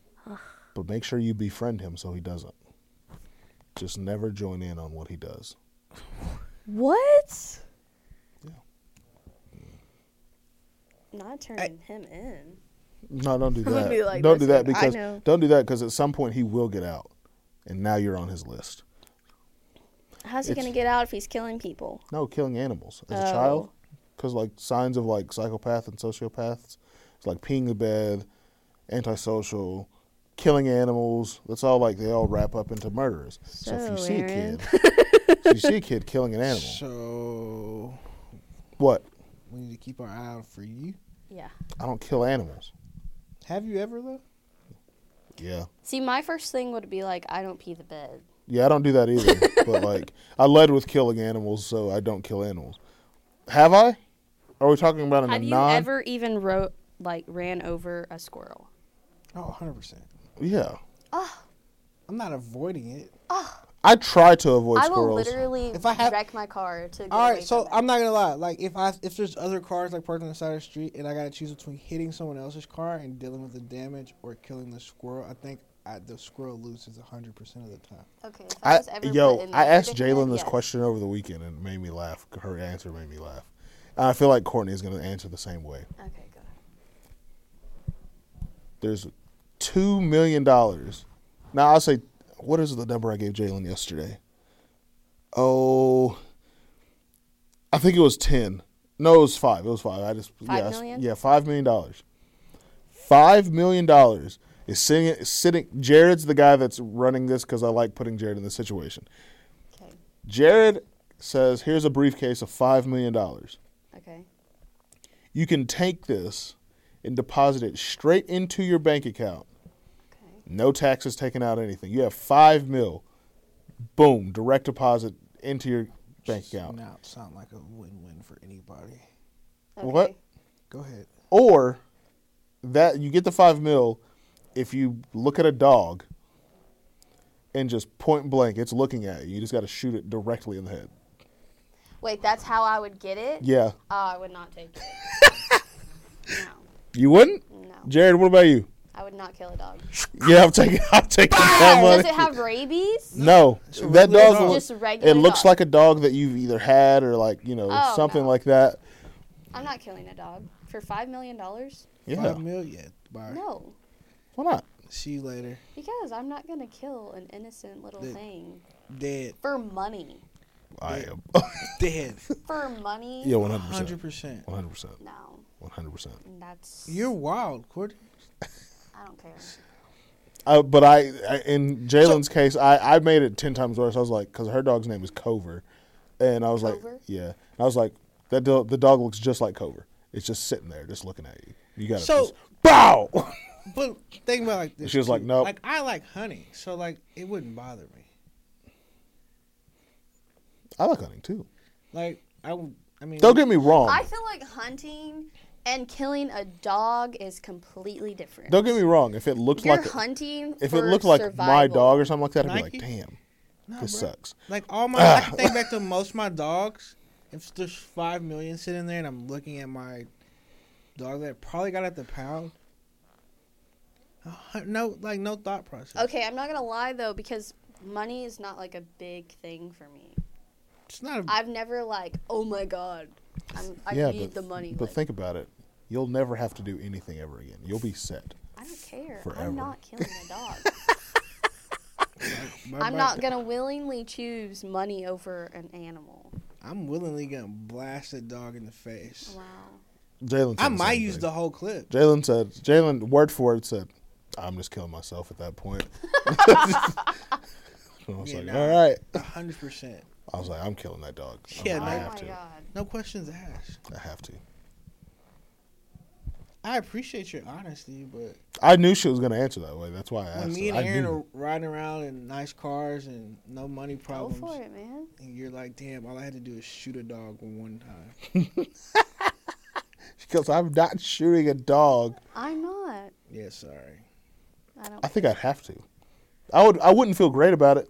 but make sure you befriend him so he doesn't. Just never join in on what he does. What? Yeah. Not turning him in. No, don't do I'm gonna that. be like don't this do that dude, I because know. don't do that because at some point he will get out, and now you're on his list. How's he It's- gonna get out if he's killing people? No, killing animals as a Oh. child, because like signs of like psychopath and sociopaths, it's like peeing the bed, antisocial, killing animals. That's all like they all wrap up into murderers. So, if you So, see Aaron. a kid, if you see a kid killing an animal, So what? we need to keep our eye out for you. I don't kill animals. Have you ever though? Yeah. See, my first thing would be like, I don't pee the bed. Yeah, I don't do that either. but like, I led with killing animals, so I don't kill animals. Have I? Are we talking about in Have a you non? ever even wrote like ran over a squirrel? Oh, 100 percent. yeah, I'm not avoiding it. I try to avoid I will squirrels. literally If I have- wreck my car to. Get All away right, so from it. I'm not gonna lie. Like if I if there's other cars like parked on the side of the street and I gotta choose between hitting someone else's car and dealing with the damage or killing the squirrel, I think I, the squirrel loses 100 percent of the time. Okay. If I, I, was ever put yo, in I that asked predicament, Jalen this yes. question over the weekend and it made me laugh. Her answer made me laugh. And I feel like Courtney is going to answer the same way. Okay, go. ahead. There's two million dollars. Now I'll say, what is the number I gave Jalen yesterday? Oh, I think it was ten. No, it was five. It was five. I just Five yeah, I s- million? yeah, five million dollars. Five million dollars is sitting sitting. Jared's the guy that's running this because I like putting Jared in this situation. Okay. Jared says, "Here's a briefcase of five million dollars. Okay. You can take this and deposit it straight into your bank account. Okay. No taxes taken out, anything. You have five mil. Boom, direct deposit into your bank Just account. Not sound like a win-win for anybody. What? Okay. Go ahead. Or that you get the five mil if you look at a dog and just point blank, it's looking at you. You just got to shoot it directly in the head. Wait, that's how I would get it. Yeah, Oh, I would not take it. no, you wouldn't, no, Jared. What about you? I would not kill a dog. Yeah, I'm taking. I'm taking that money. Does it have rabies? No, a that regular dog. dog. look- Just a regular it looks dog. like a dog that you've either had or like you know Oh, something no. like that. I'm not killing a dog for five million dollars. Yeah, Five million. Bye. No, why not? See you later. because I'm not gonna kill an innocent little Then- thing Dead. for money. I am. Dead. For money. yeah, one hundred percent. 100%. One hundred percent. No, One hundred percent. that's. You're wild, Courtney. I don't care. Uh, But I, I in Jalen's case, I I made it ten times worse. I was like, because her dog's name is Cover, and I was like, Cover? yeah, and I was like, that do- the dog looks just like Cover. It's just sitting there, just looking at you. You got to So- just, bow. But think about it like this. She was like, too. nope. Like I like honey, so like it wouldn't bother me. I like hunting too. Like I, would- I mean, Don't get me wrong. I feel like hunting and killing a dog is completely different. Don't get me wrong. If it looked You're like hunting. if it for looked like my survival. dog or something like that, I'd Nike? be like, damn, Nah, this bro. sucks. Like all my, I can think back to most of my dogs. If there's five million sitting there, and I'm looking at my dog that probably got at the pound. a hun- No, like no thought process. Okay, I'm not gonna lie though, because money is not like a big thing for me. it's not. A, I've never like, oh my god, I'm, I need the money. But like, think about it. You'll never have to do anything ever again. You'll be set. I don't care. forever. I'm not killing a dog. Oh my- I'm my- not gonna willingly choose money over an animal. I'm willingly gonna blast a dog in the face. Wow. Jalen. I might use the whole clip. Jalen said. Jalen word for word said, "I'm just killing myself at that point." I was Yeah, like, nah. "All right." A hundred percent. I was like, "I'm killing that dog. I'm- Yeah, oh no. I my have to. god. No questions asked. I have to." I appreciate your honesty, but I knew she was going to answer that way. That's why I asked. when me and her. I Aaron knew. are riding around in nice cars and no money Go problems, for it, man. and you're like, "Damn, all I had to do is shoot a dog one time." because I'm not shooting a dog. I'm not. Yeah, sorry. I don't. I think I'd have to. I would. I wouldn't feel great about it.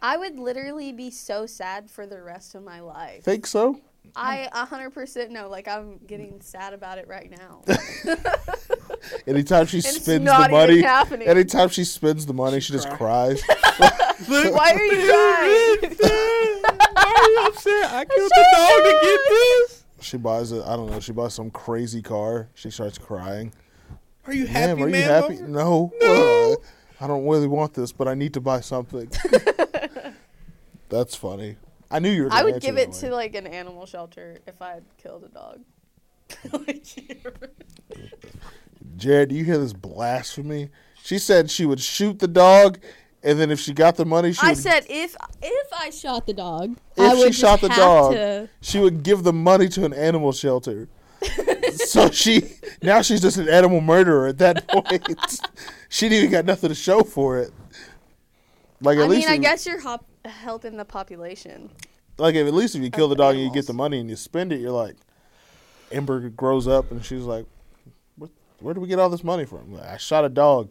I would literally be so sad for the rest of my life. Think so? I 100% know. Like I'm getting sad about it right now. Anytime she it's spends not the money, even happening. anytime she spends the money, she, just cries. Why are you crying? Why are you upset? I killed the dog to get this. she buys a, I don't know, she buys some crazy car. She starts crying. Are you happy, Damn, are you man? happy? Bumper? No. Uh, I don't really want this, but I need to buy something. That's funny. I knew you were. I gonna would answer give that it way. to like an animal shelter if I had killed a dog. Like, Jared. Do you hear this blasphemy? She said she would shoot the dog And then if she got the money, she I would, said if if I shot the dog, I if would she shot just the have dog, to- she would give the money to an animal shelter. so she now she's just an animal murderer at that point. she didn't even got nothing to show for it. Like at I least mean, I if- guess you're hop- helping the population. like if, at least if you kill the dog and you get animals. the money and you spend it, you're like Ember grows up and she's like, where, where did we get all this money from? I shot a dog.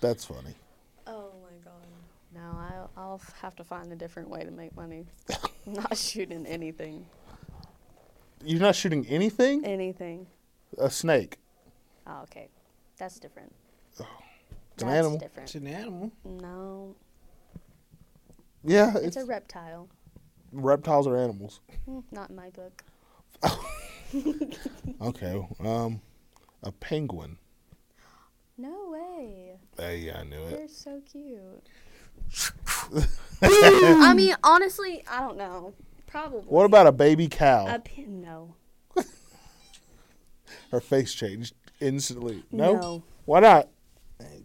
That's funny. Oh my god. No, I'll, I'll have to find a different way to make money. Not shooting anything. You're not shooting anything? Anything. A snake. Oh, okay. That's different. It's an That's animal. different. It's an animal. No, Yeah, it's, it's, a reptile. reptiles are animals. Mm, Not in my book. Okay. Um, a penguin. No way. Hey, yeah, I knew it. They're so cute. I mean, honestly, I don't know. Probably. What about a baby cow? a pin? No. Her face changed instantly. No. No. Why not?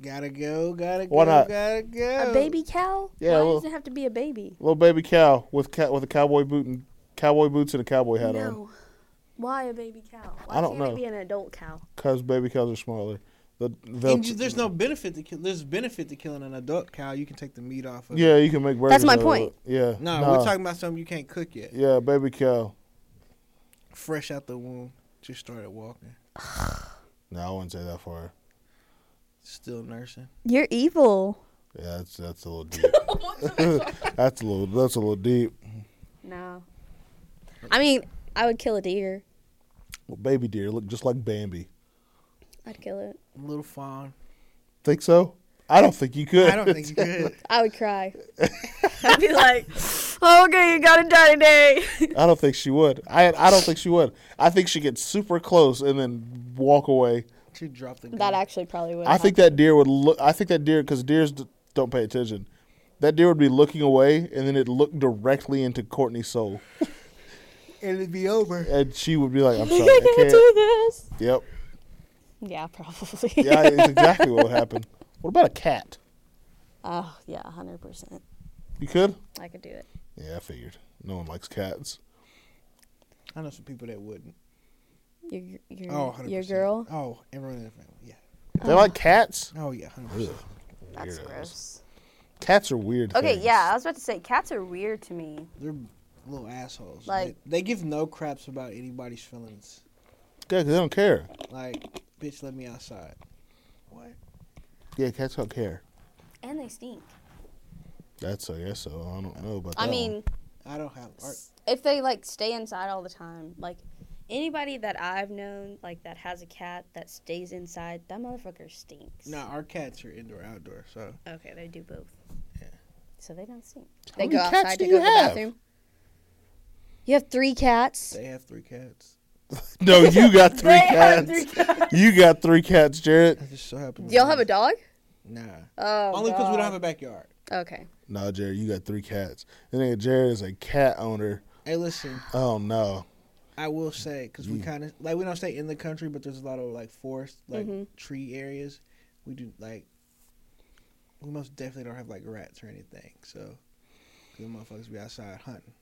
Gotta go, gotta Why go, not? gotta go. A baby cow? Yeah, Why well- does it have to be a baby? Little baby cow with cat with a cowboy boot and cowboy boots and a cowboy hat on. No. Why a baby cow? Why I don't can't know. it be an adult cow? Cause baby cows are smaller. The, the And you, there's no benefit to kill. There's benefit to killing an adult cow. You can take the meat off of. yeah, you can make burgers. my out of point. it. Yeah. No, nah. we're talking about something you can't cook yet. Yeah, baby cow. Fresh out the womb, just started walking, No, I wouldn't say that far. still nursing. You're evil. Yeah, that's that's a little deep. that's a little that's a little deep. No. I mean, I would kill a deer. Well, baby deer look just like Bambi. I'd kill it. Little fawn. Think so? I don't think you could. I don't think you could. I would cry. I'd be like, okay, you gotta die today. I don't think she would. I I don't think she would. I think she gets super close and then walk away. She dropped the gun. that actually probably would. I think that deer would look. I think that deer because deers d- don't pay attention. That deer would be looking away and then it looked directly into Courtney's soul, and it'd be over. and she would be like, "I'm I sorry, I can't can't." do this. Yep. Yeah, probably. Yeah, it's exactly what would happen. What about a cat? Oh yeah, hundred percent. You could. I could do it. Yeah, I figured. No one likes cats. I know some people that wouldn't. Your your Oh, 100%. your girl. Oh, everyone in the family. Yeah. They like cats. Oh yeah, hundred Ugh, percent. That's weirdos. gross. Cats are weird. Okay, things. yeah, I was about to say cats are weird to me. They're little assholes. Like- they, they give no craps about anybody's feelings. Yeah, 'cause they don't care. Like, bitch, let me outside. What? Yeah, cats don't care. And they stink. That's I guess so. I don't know about that. I one. mean, I don't have. Art. s- if they like stay inside all the time, like anybody that I've known, like that has a cat that stays inside, that motherfucker stinks. No, our cats are indoor outdoor, so Okay, they do both. So they don't stink. How They many go cats outside do to go you to the have? bathroom. You have three cats. they have three cats. no, you got three have cats. You got three cats, Jarrett. I just so happen. Do y'all have a dog? Nah. Oh, Only because we don't have God. a backyard. Okay. No, Jared, you got three cats. And then Jared is a cat owner. Hey, listen, Oh no. I will say because we kind of like we don't stay in the country, but there's a lot of like forest, like Mm-hmm. tree areas. We do like we most definitely don't have like rats or anything. So the motherfuckers be outside hunting.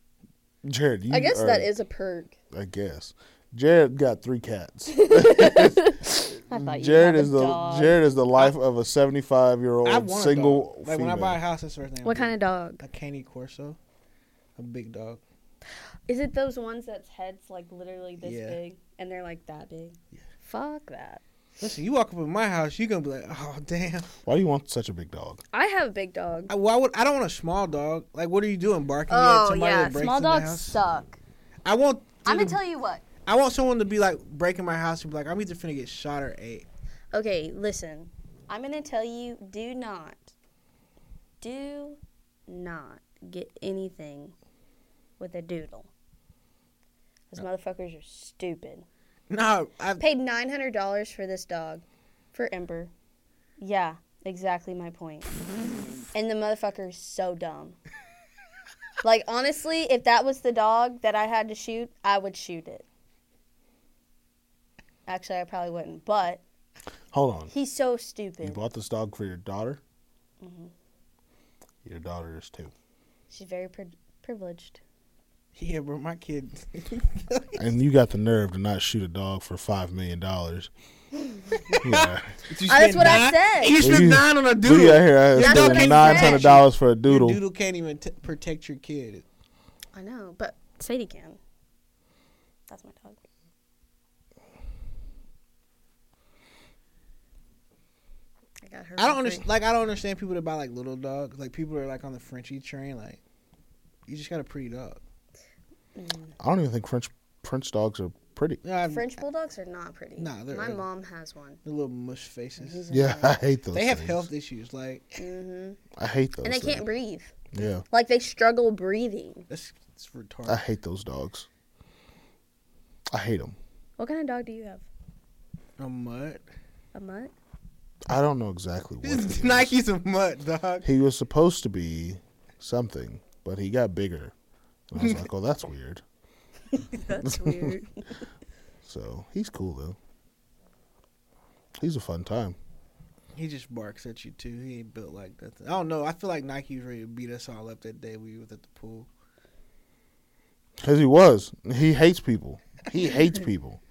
Jared, you I guess are- that is a perk. I guess. Jared got three cats. I thought you Jared had a is the dog. Jared is the life of a seventy five year I old want single a dog. like when I female. buy a house, that's the first thing. What kind of dog? of a candy corso? A big dog. Is it those ones that's heads like literally this Yeah. big and they're like that big? Fuck that. Listen, you walk up in my house, you're gonna be like, oh damn. Why do you want such a big dog? I have a big dog. I, why would I don't want a small dog? Like, what are you doing, barking at Oh somebody yeah, that breaks small in the dogs house? suck. I want. I'm gonna to- tell you what. I want someone to be like breaking my house and be like, I'm either finna get shot or ate. Okay, listen. I'm going to tell you do not, do not get anything with a doodle. Oh. Those motherfuckers are stupid. No, I, Paid $900 for this dog, for Ember. Yeah, exactly my point. and the motherfucker is so dumb. like, honestly, if that was the dog that I had to shoot, I would shoot it. Actually, I probably wouldn't, but Hold on. He's so You stupid. bought this dog for your daughter? Mm-hmm. Your daughter is too. She's very pri- privileged. Yeah, bro, my kid. And you got the nerve to not shoot a dog for $5 million. yeah. Ah, that's what I said. You Well, you- spent nine on a We dude. got here I That's what I spending $900 for a Doodle. doodle. doodle can't even t- protect your kid. I know, but Sadie can. That's my dog. I got her. I don't for free. understand. Like I don't understand people that buy like little dogs. Like people are like on the Frenchie train. Like you just got a pretty dog. I don't even think French French dogs are pretty. No, I've, French bulldogs are not pretty. Nah, they're my ugly. mom has one. They're little mush faces. Yeah, I hate those. They have things. health issues. Like hmm I hate those. And they things. can't breathe. Yeah, Like they struggle breathing. that's it's I retarded. hate those dogs. I hate them. What kind of dog do you have? A mutt. A mutt? I don't know exactly what. he is. Nike's a mutt dog. He was supposed to be something, but he got bigger. And I was like, "Oh, that's weird." That's weird. So he's cool though. He's a fun time. He just barks at you too. He ain't built like nothing. I don't know. I feel like Nike was ready to beat us all up that day we was at the pool. Cause he was. He hates people. He hates people.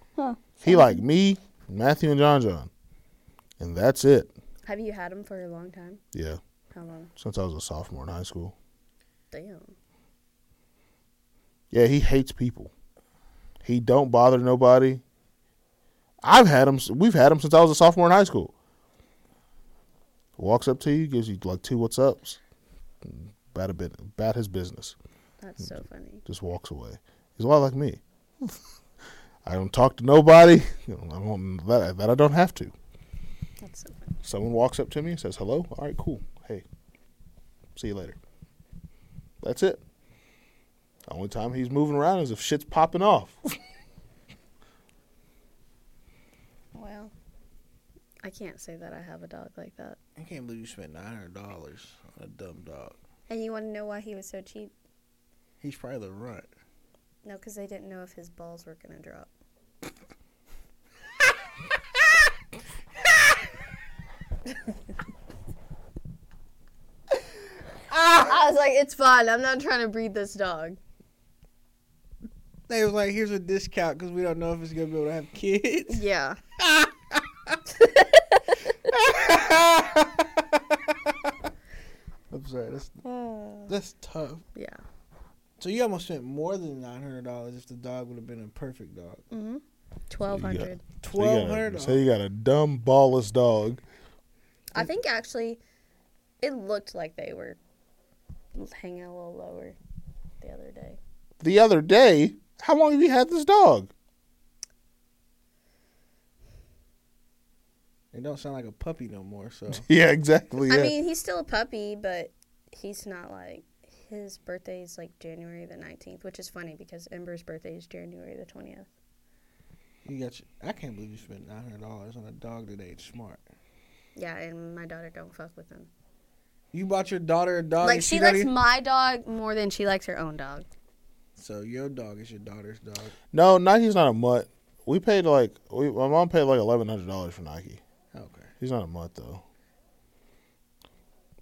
He like me, Matthew, and John John, and that's it. have you had him for a long time? Yeah, How long? since I was a sophomore in high school. Damn. Yeah, he hates people. He don't bother nobody. I've had him. We've had him since I was a sophomore in high school. Walks up to you, gives you like two what's ups, about a bit about his business, That's so funny. just walks away. He's a lot like me. I don't talk to nobody. You know, I don't, that, that I don't have to. That's so funny. Someone walks up to me and says hello. All right, cool. Hey, see you later. That's it. The only time he's moving around is if shit's popping off. Well, I can't say that I have a dog like that. I can't believe you spent nine hundred dollars on a dumb dog. And you want to know why he was so cheap? He's probably the runt. No, because they didn't know if his balls were going to drop. I was like, it's fine. I'm not trying to breed this dog. They was like, "Here's a discount because we don't know if it's gonna be able to have kids." Yeah. I'm sorry, that's yeah. that's tough. So you almost spent more than nine hundred dollars if the dog would have been a perfect dog. Mm-hmm. 1200 So you got a- Twelve hundred So you got a dumb ballless dog. I think actually, it looked like they were hanging a little lower the other day. The other day, how long have you had this dog? It don't sound like a puppy no more. So Yeah, exactly. I Yeah. mean, he's still a puppy, but he's not like his birthday is like January the 19th, which is funny because Ember's birthday is January the 20th. you got. Your, I can't believe you spent nine hundred dollars on a dog that ain't smart. Yeah, and my daughter don't fuck with him. You bought your daughter a dog. like and she, don't likes even- my dog more than she likes her own dog. so your dog is your daughter's dog. no, Nike's not a mutt. We paid like we, my mom paid like eleven hundred dollars for Nike. Okay. He's not a mutt though.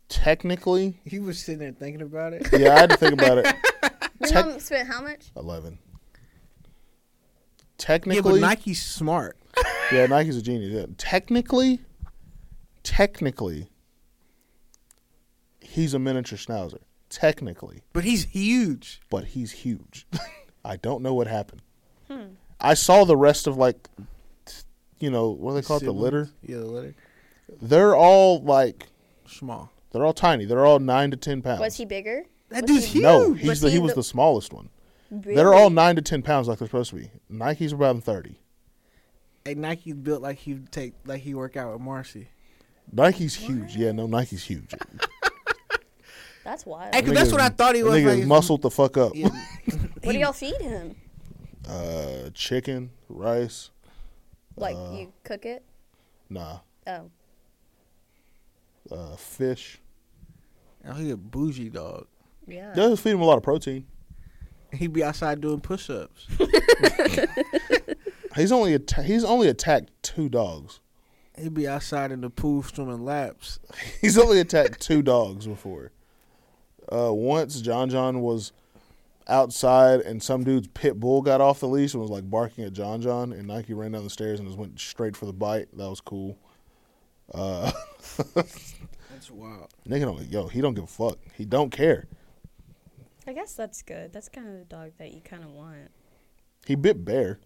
Technically, You was sitting there thinking about it. yeah, I had to think about it. Your Tech- mom spent how much? Eleven. yeah, Technically, but Nike's smart. Yeah, Nike's a genius. Yeah. Technically, technically, he's a miniature schnauzer. Technically, But he's huge. but he's huge. I don't know what happened. Hmm. I saw the rest of like, t- you know, what do they call it? The Siblings. litter. Yeah, the litter. They're all like, Small. they're all tiny. They're all nine to ten pounds. Was he bigger? That Was dude's he huge. No, he's Was the, Oh. he he was the- the smallest one. They're Really? all nine to ten pounds like they're supposed to be. Nike's about thirty. And Nike built like he would take like he work out with Marcy. Nike's huge. Yeah, no, Nike's huge. That's wild. Hey, 'cause that's what I thought he was. Nigga's Like, muscled the fuck up. Yeah. what do y'all feed him? uh, chicken, rice. Like you cook it? Nah, Oh, uh, fish. Oh, he a bougie dog. yeah. Does feed him a lot of protein. He be outside doing push-ups. He's only atta- he's only attacked two dogs. He'd be outside in the pool swimming laps. He's only attacked two dogs before. Uh, once John John was outside and some dude's pit bull got off the leash and was like barking at John John and Nike ran down the stairs and just went straight for the bite. That was cool. Uh, That's wild. nigga don't yo, he don't give a fuck. He don't care. I guess that's good. That's kind of the dog that you kind of want. He bit bear.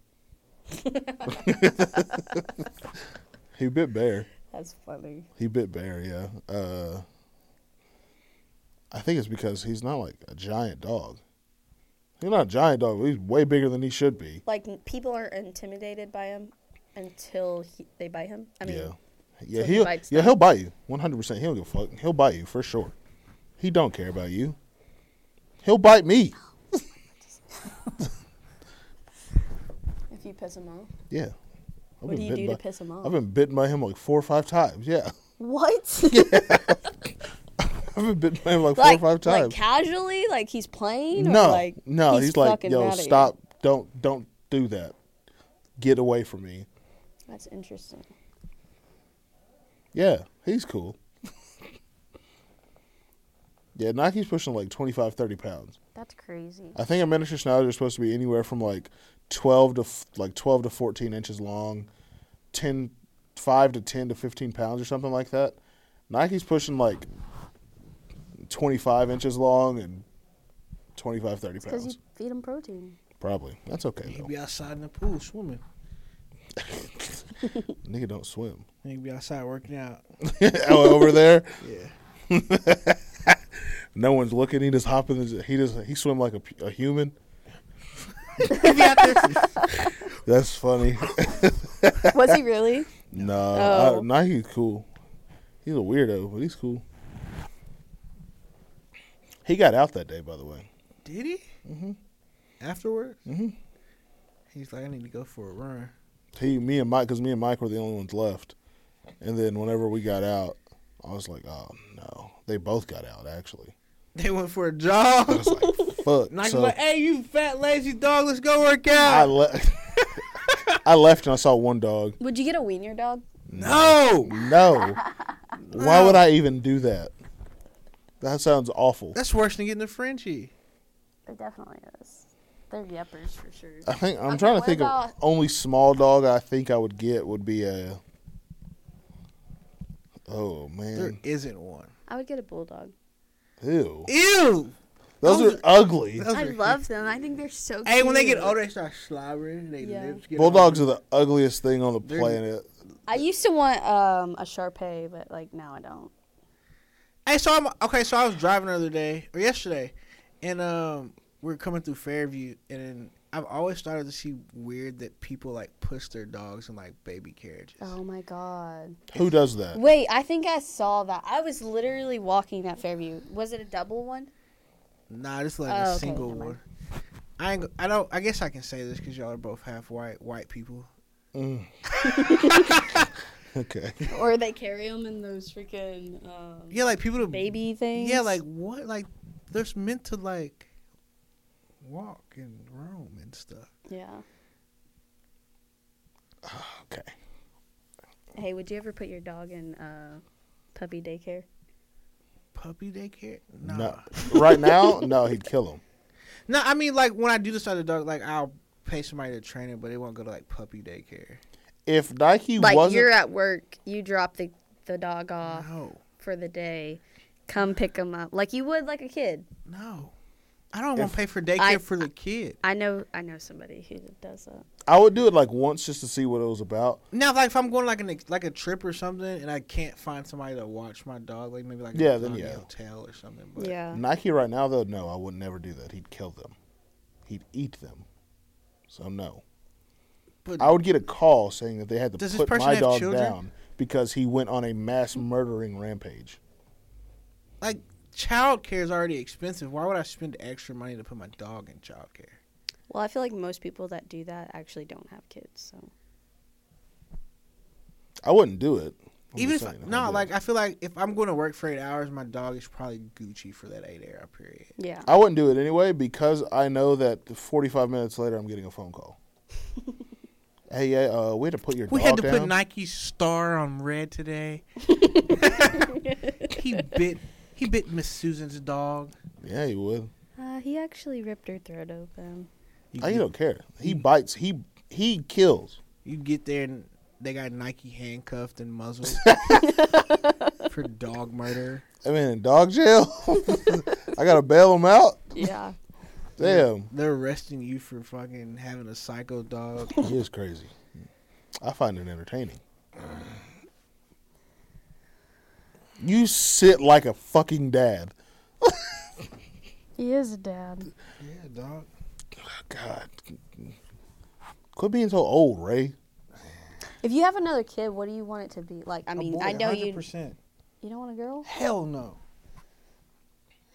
he bit bear. That's funny. He bit bear, yeah. Uh, I think it's because he's not like a giant dog. He's not a giant dog, but he's way bigger than he should be. Like n- people are intimidated by him until he, they bite him. I mean, yeah. Yeah, so he he'll bites yeah, them. he'll bite you. One hundred percent. He'll give a fuck. He'll bite you for sure. He don't care about you. He'll bite me. if you piss him off, Yeah. I've what do been you bitten do by, to piss him off? I've been bitten by him like four or five times. Yeah. what? I've been bitten by him like, like, four or five like times. casually, like he's playing. or no, like, no, he's, like, fucking yo, outta here?" stop! Don't, don't do that. Get away from me. That's interesting. Yeah, he's cool. yeah, Nike's pushing like 25, 30 pounds. That's crazy. I think a miniature schnauzer is supposed to be anywhere from like 12 to f- like 12 to 14 inches long, 10 5 to 10 to 15 pounds or something like that. Nike's pushing like 25 inches long and 25 30 Because you pounds. feed him protein. Probably. That's okay He'd though. be outside in the pool swimming. Nigga don't swim. And he'd be outside working out. oh, over there. Yeah. No one's looking. He just hop in. The, he just he swim like a, pu- a human. That's funny. Was he really? No, Oh. I, Nike's cool. He's a weirdo, but he's cool. He got out that day, by the way. Did he? Mhm. Afterwards? Mhm. He's like, I need to go for a run. He, me, and Mike, because me and Mike were the only ones left. And then whenever we got out, I was like, oh no, they both got out actually. They went for a I jog. was like, fuck. Nike's so like, hey, you fat lazy dog, let's go work I out. Oh. left. I left and I saw one dog. Would you get a wiener dog? no. No. Why Oh. would I even do that? That sounds awful. That's worse than getting a Frenchie. It definitely is. They're yeppers for sure. I think I'm Okay, trying to what think about- of only small dog I think I would get would be a. Oh There man, isn't one. I would get a bulldog. ew! Ew. Those are ugly. Those I are- love them. I think they're so cute. Hey, when they get older, they start slobbering. They Yeah. lips get Bulldogs are all- the ugliest thing on the They're- planet. I used to want um, a Shar Pei, but like now I don't. Hey, so I'm okay. So I was driving the other day or yesterday, and um, we are coming through Fairview, and then I've always started to see weird that people like push their dogs in like baby carriages. Oh my god. Who does that? Wait, I think I saw that. I was literally walking that Fairview. Was it a double one? Nah, this is like Oh, a okay, single never mind. one. I ain't, go- I don't. I guess I can say this because y'all are both half white white people. Mm. okay. Or they carry them in those freaking um, Yeah, like people to baby things? Yeah, like what? Like they're meant to like walk and roam and stuff. Yeah. Okay. Hey, would you ever put your dog in uh, puppy daycare? Puppy daycare? Nah. No. Right now, no, he'd kill him. No, I mean like when I do decide to dog, like I'll pay somebody to train it, but it won't go to like puppy daycare. If Nike like wasn't, you're at work, you drop the the dog off No, for the day, come pick him up like you would like a kid. no, I don't want to pay for daycare I- for the kid. I know I know somebody who does that. I would do it like once just to see what it was about. Now, like if I'm going like an ex- like a trip or something, and I can't find somebody to watch my dog, like maybe like Yeah, a then doggy yeah. hotel or something. But yeah. Nike right now though, no, I would never do that. He'd kill them. He'd eat them. So no. But- I would get a call saying that they had to Does this put person my have dog children? down because he went on a mass murdering rampage. like child care is already expensive. Why would I spend extra money to put my dog in child care? Well, I feel like most people that do that actually don't have kids. So I wouldn't do it. I'm Even if just saying, I no, did. like I feel like if I'm going to work for eight hours, my dog is probably Gucci for that eight hour period. yeah. I wouldn't do it anyway because I know that 45 minutes later I'm getting a phone call. Hey, yeah, uh, we had to put your We dog had to down. put Nike's star on red today. he bit he bit Miss Susan's dog. yeah, you would. Uh, he actually ripped her throat open. You, Oh, get, you don't care. He bites. He he kills. you get there and they got Nike handcuffed and muzzled for dog murder. I mean, in dog jail. I gotta bail him out. Yeah. Damn, They're arresting you for fucking having a psycho dog. he is crazy. I find it entertaining. You sit like a fucking dad. He is a dad. yeah, dog. God, quit being so old, Ray. If you have another kid, what do you want it to be? Like, I mean, boy, I know you 100%. you don't want a girl. Hell no.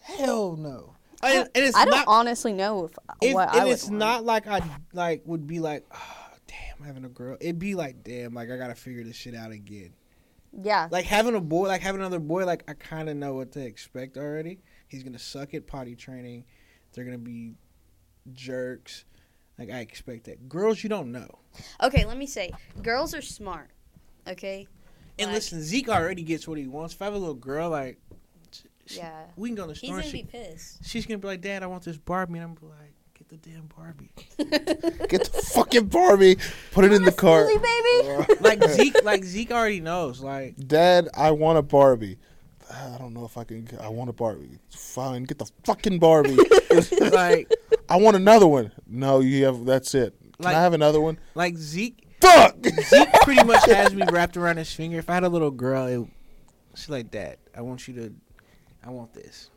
Hell no. And, and it's I don't not honestly know if If, what I and would it's want. not like I like would be like, oh, damn, having a girl. It'd be like, damn, like I gotta figure this shit out again. Yeah. Like having a boy, like having another boy, like I kind of know what to expect already. He's gonna suck at potty training. They're gonna be jerks. Like I expect that. Girls, you don't know. Okay, let me say, girls are smart. Okay. And Like- listen, Zeke already gets what he wants. If I have a little girl, like Yeah. we can go in the He's store. gonna and she, be pissed. she's gonna be like, "Dad, I want this Barbie," and I'm gonna be like, "Get the damn Barbie." Get the fucking Barbie. Put it in the car. Really, baby? like Zeke, like Zeke already knows. Like Dad, I want a Barbie. "Ah, I don't know if I can. I want a Barbie. Fine, get the fucking Barbie. like I want another one. No, you have. That's it. Can Like- I have another one? like Zeke Fuck. Zeke pretty much has me wrapped around his finger. If I had a little girl, it, she's like, Dad, I want you to, I want this.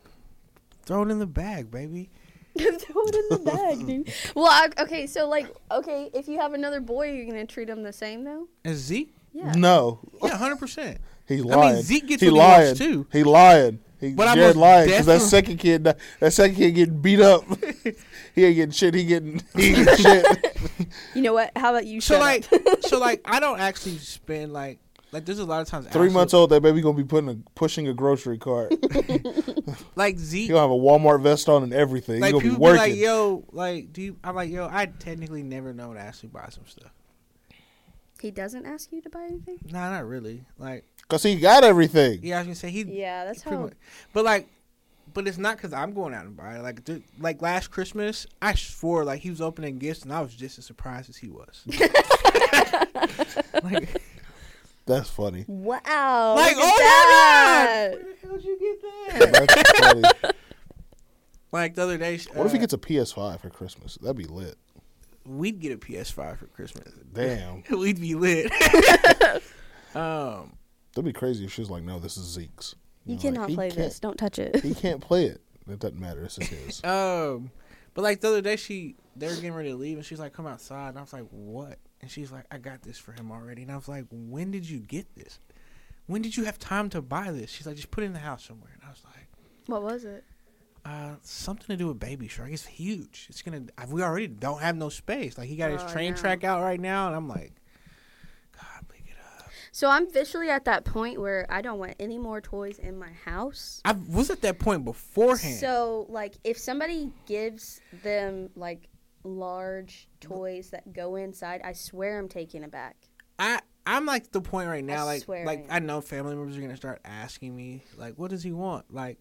Throw it in the bag, baby. Throw it in the bag, dude. Well, I, okay, so like, okay, if you have another boy, you're gonna treat him the same though. And Zeke? Yeah. No, Yeah, hundred percent. he mean, lying. Zeke gets he what he lying. wants, too. He lying. He But I Jared most lying because that definitely- second kid, di- that second kid getting beat up. he ain't getting shit. He getting he ain't getting shit. You know what? How about you? So shut like up? so like I don't actually spend like like there's a lot of times Three Ashley- months old, that baby gonna be putting a, pushing a grocery cart. like he Zeke gonna have a Walmart vest on and everything. like he gonna people be be, working. like, yo, like, do you? I'm like, yo, I technically never know when Ashley buys some stuff. he doesn't ask you to buy anything. Nah, not really. Like, Cause he got everything. yeah, I was gonna say he. Yeah, that's pretty how. much- but like, but it's not because I'm going out and buying. it. Like, th- like last Christmas, I swore like he was opening gifts, and I was just as surprised as he was. like, That's funny. Wow. Like, look at oh my that. where the hell did you get that? That's funny. like the other day, sh- What if he uh, gets a PS5 for Christmas? That'd be lit. We'd get a PS5 for Christmas. Damn, we'd be lit. um, that'd be crazy if she was like, "No, this is Zeke's." know, You like, cannot he play can't- this. Don't touch it. He can't play it. It doesn't matter. This is his. Um, but like the other day, she they were getting ready to leave, and she's like, "Come outside," and I was like, "What?" And she's like, "I got this for him already," and I was like, "When did you get this? When did you have time to buy this?" She's like, "Just put it in the house somewhere," and I was like, What was it? "Uh, something to do with baby shark. It's huge. It's gonna. We already don't have no space. Like he got Oh, his train no. track out right now, and I'm like, God, pick it up." So I'm officially at that point where I don't want any more toys in my house. I was at that point beforehand. So like, if somebody gives them like large toys that go inside, I swear I'm taking it back. I I'm like the point right now, like swear like I I know family members are gonna start asking me, like, what does he want? Like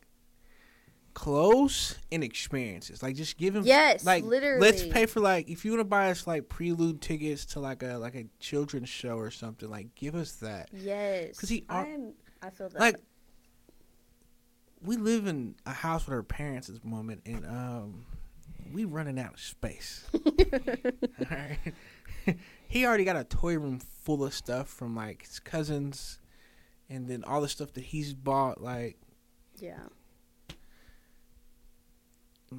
clothes and experiences. Like just give him Yes, like Let's literally. pay for like if you wanna buy us like prelude tickets to like a like a children's show or something, like give us that. Yes. 'Cause he ar- I'm. I feel that. Like we live in a house with our parents at this moment and um we running out of space. Alright. he already got a toy room full of stuff from like his cousins and then all the stuff that he's bought like yeah.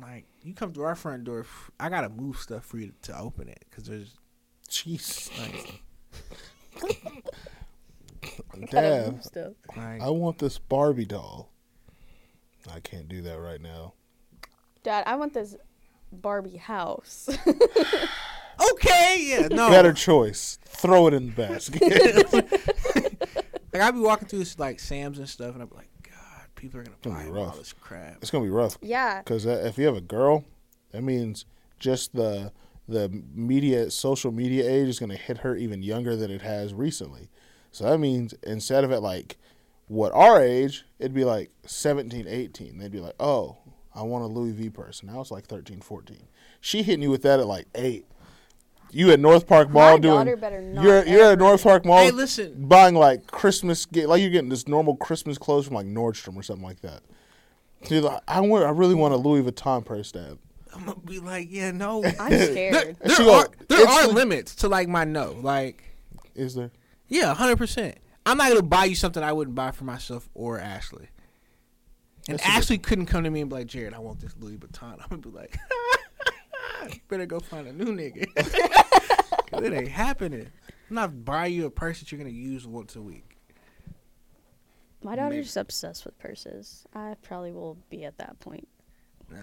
like you come to our front door f- i gotta move stuff for you to open it because there's Jeez. like, Dad, Stuff. like I want this Barbie doll. I can't do that right now. Dad, I want this Barbie house. okay yeah no Better choice. Throw it in the basket. like i'd be walking through this like sam's and stuff and i'd be like god people are gonna gonna buy be him rough. all this crap it's gonna be rough yeah. because if you have a girl, that means just the the media, social media age is going to hit her even younger than it has recently. So that means instead of at like what our age, it'd be like 17, 18. They'd be like, oh, I want a Louis V purse. Now it's like 13, 14. She hitting you with that at like eight. You at North Park Mall doing. daughter better not you're you're ever- at North Park Mall. Hey, listen. Buying like Christmas, ge- like you're getting this normal Christmas clothes from like Nordstrom or something like that. So you're like, I want, I really want a Louis Vuitton purse tab. I'm gonna be like, yeah, no. I'm scared. there She are go, there "It's are the-" limits to like my no. Like, Is there? yeah, hundred percent. I'm not gonna buy you something I wouldn't buy for myself or Ashley. And That's a good- Ashley couldn't come to me and be like, Jared, I want this Louis Vuitton. I'm gonna be like, better go find a new nigga. 'Cause it ain't happening. I'm not buying you a purse that you're gonna use once a week. My daughter's just obsessed with purses. I probably will be at that point. Nah.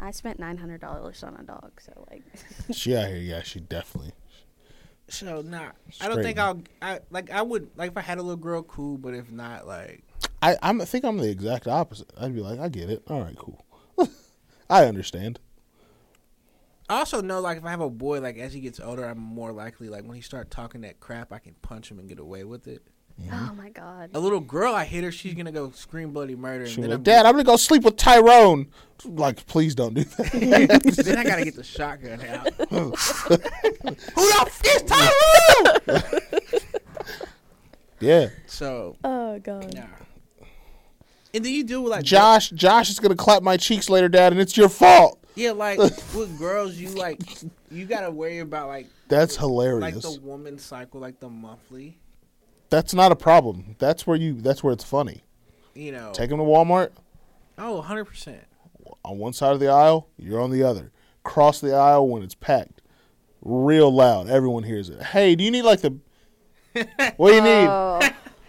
I spent nine hundred dollars on a dog, so like She out here, yeah, she definitely. So nah, I don't think I'll. I like I would like if I had a little girl, cool. But if not, like I, I'm, I think I'm the exact opposite. I'd be like, I get it. All right, cool. I understand. I also know like if I have a boy, like as he gets older, I'm more likely like when he start talking that crap, I can punch him and get away with it. oh my god. A little girl, I hit her, she's gonna go scream bloody murder, and She then, was like, I'm, Dad, I'm gonna go sleep with Tyrone. Like, please don't do that. then I gotta get the shotgun out. Who the f- is Tyrone? yeah, so Oh god. nah. And then you do like Josh, Josh is gonna clap my cheeks later, Dad, and it's your fault. yeah, like with girls, you like you gotta worry about like That's like hilarious. the woman cycle, like the monthly. that's not a problem. That's where you. That's where it's funny. You know, Take him to Walmart. oh, 100 percent. on one side of the aisle, you're on the other. Cross the aisle when it's packed. Real loud. Everyone hears it. Hey, do you need like the What do you need? Oh,